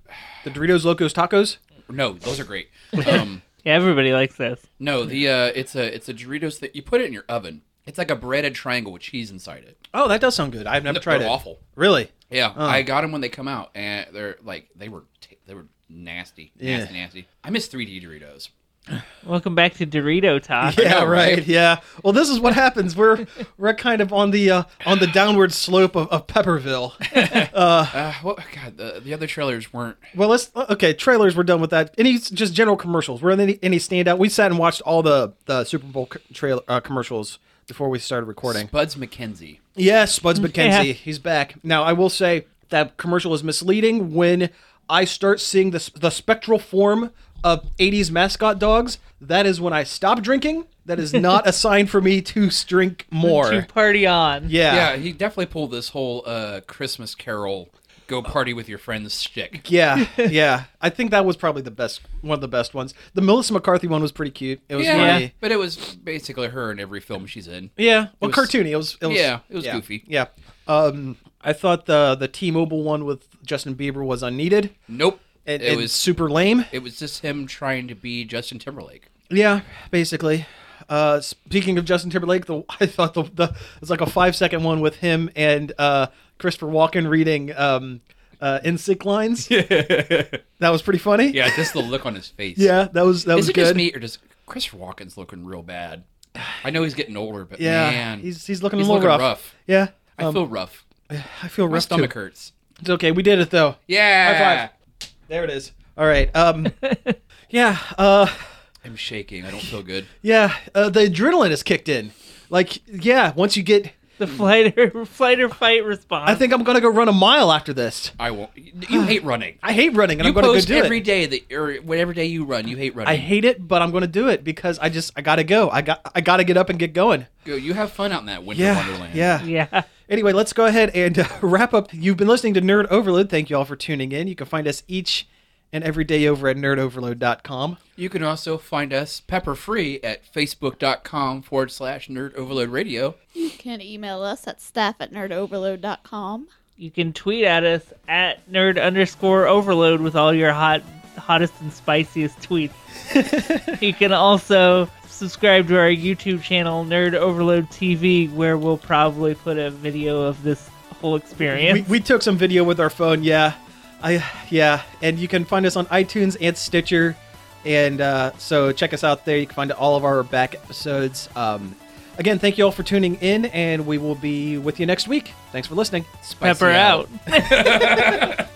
[SPEAKER 1] The Doritos Locos Tacos.
[SPEAKER 2] no, those are
[SPEAKER 1] <laughs>
[SPEAKER 2] great. Um
[SPEAKER 4] Yeah, everybody likes those.
[SPEAKER 2] no, the uh it's a it's a Doritos that you put it in your oven. It's like a breaded triangle with cheese inside it.
[SPEAKER 1] Oh, that does sound good. I've never
[SPEAKER 2] They're
[SPEAKER 1] tried it.
[SPEAKER 2] awful.
[SPEAKER 1] Really?
[SPEAKER 2] Yeah, I got them when they come out, and they're like they were t- they were nasty, nasty, nasty. I miss 3D Doritos.
[SPEAKER 4] Welcome back to Dorito Talk.
[SPEAKER 1] Yeah,
[SPEAKER 2] know,
[SPEAKER 1] right.
[SPEAKER 2] right?
[SPEAKER 1] Yeah. Well, this is what happens. We're we're kind of on the uh, on the downward slope of, of Pepperville.
[SPEAKER 2] Uh, well, God, the, the other trailers weren't.
[SPEAKER 1] Well, let's okay. Trailers, we're done with that. Any just general commercials? Were there any, any standout? We sat and watched all the the Super Bowl co- trail uh, commercials before we started recording.
[SPEAKER 2] Spuds McKenzie.
[SPEAKER 1] Yes, Spuds <laughs> McKenzie.
[SPEAKER 4] Yeah.
[SPEAKER 1] He's back. Now, I will say that commercial is misleading when I start seeing the, the spectral form of 80s mascot dogs. That is when I stop drinking. That is not <laughs> a sign for me to s- drink more.
[SPEAKER 4] To party on. <laughs>
[SPEAKER 1] yeah.
[SPEAKER 2] Yeah,
[SPEAKER 1] yeah.
[SPEAKER 2] he definitely pulled this whole uh, Christmas Carol, go party with your friends shtick.
[SPEAKER 1] Yeah, <laughs> I think that was probably the best one of the best ones. The Melissa McCarthy one was pretty cute. It was
[SPEAKER 2] Yeah,
[SPEAKER 1] funny.
[SPEAKER 2] but it was basically her in every film she's in.
[SPEAKER 1] Yeah, well,
[SPEAKER 2] was-
[SPEAKER 1] cartoony. It was, it was.
[SPEAKER 2] Yeah, it was goofy.
[SPEAKER 1] Yeah. Um, I thought the the T-Mobile one with Justin Bieber was unneeded.
[SPEAKER 2] Nope,
[SPEAKER 1] It,
[SPEAKER 2] it,
[SPEAKER 1] it was
[SPEAKER 2] was
[SPEAKER 1] super lame.
[SPEAKER 2] it was just him trying to be
[SPEAKER 1] <laughs>
[SPEAKER 2] Justin Timberlake.
[SPEAKER 1] Yeah, basically. Uh, speaking of Justin Timberlake, the <laughs> I thought the, the it's like a five second one with him and uh, Christopher Walken reading um, uh, NSYNC lines. that was pretty funny.
[SPEAKER 2] Yeah, just the look on his face.
[SPEAKER 1] yeah, that was that was
[SPEAKER 2] Is it
[SPEAKER 1] good.
[SPEAKER 2] just me or does Christopher Walken's looking real bad? I know he's getting older, but
[SPEAKER 1] yeah,
[SPEAKER 2] man,
[SPEAKER 1] he's he's looking
[SPEAKER 2] he's
[SPEAKER 1] a little
[SPEAKER 2] looking rough.
[SPEAKER 1] Yeah, Um,
[SPEAKER 2] I feel rough.
[SPEAKER 1] I feel
[SPEAKER 2] My
[SPEAKER 1] rough too.
[SPEAKER 2] stomach hurts.
[SPEAKER 1] It's okay, we did it though.
[SPEAKER 2] Yeah.
[SPEAKER 1] High There it is. All right. Um, <laughs> yeah. Uh,
[SPEAKER 2] I'm shaking. I don't feel good.
[SPEAKER 1] yeah. Uh, the adrenaline is kicked in. Like, yeah. Once you get,
[SPEAKER 4] The flight or, flight or fight response.
[SPEAKER 2] Uh,
[SPEAKER 1] I think I'm gonna go run a mile after this.
[SPEAKER 2] I won't. You hate running.
[SPEAKER 1] I hate running, and <sighs>
[SPEAKER 2] you
[SPEAKER 1] I'm gonna
[SPEAKER 2] post
[SPEAKER 1] go do it.
[SPEAKER 2] every day that or whatever day you run, you hate running.
[SPEAKER 1] I hate it, but I'm going to do it because I just I gotta go. I got I gotta get up and get going.
[SPEAKER 2] Go- You have fun out in that winter wonderland.
[SPEAKER 1] yeah.
[SPEAKER 4] Yeah.
[SPEAKER 1] Anyway, let's go ahead and uh, <laughs> wrap up. You've been listening to Nerd Overload. Thank you all for tuning in. You can find us each and every day over at nerdoverload.com.
[SPEAKER 2] You can also find us pepper free at facebook.com forward slash nerd overload radio.
[SPEAKER 3] You can email us at staff at nerdoverload.com.
[SPEAKER 4] You can tweet at us at nerd underscore overload with all your hot, hottest and spiciest
[SPEAKER 1] <laughs>
[SPEAKER 4] tweets. you can also subscribe to our YouTube channel, Nerd Overload TV, where we'll probably put a video of this whole experience.
[SPEAKER 1] We, we took some video with our phone. Yeah, I yeah, and you can find us on iTunes and Stitcher, and uh, so check us out there. You can find all of our back episodes. Um, again, thank you all for tuning in, and we will be with you next week. Thanks for listening.
[SPEAKER 2] Spicy
[SPEAKER 4] Pepper out.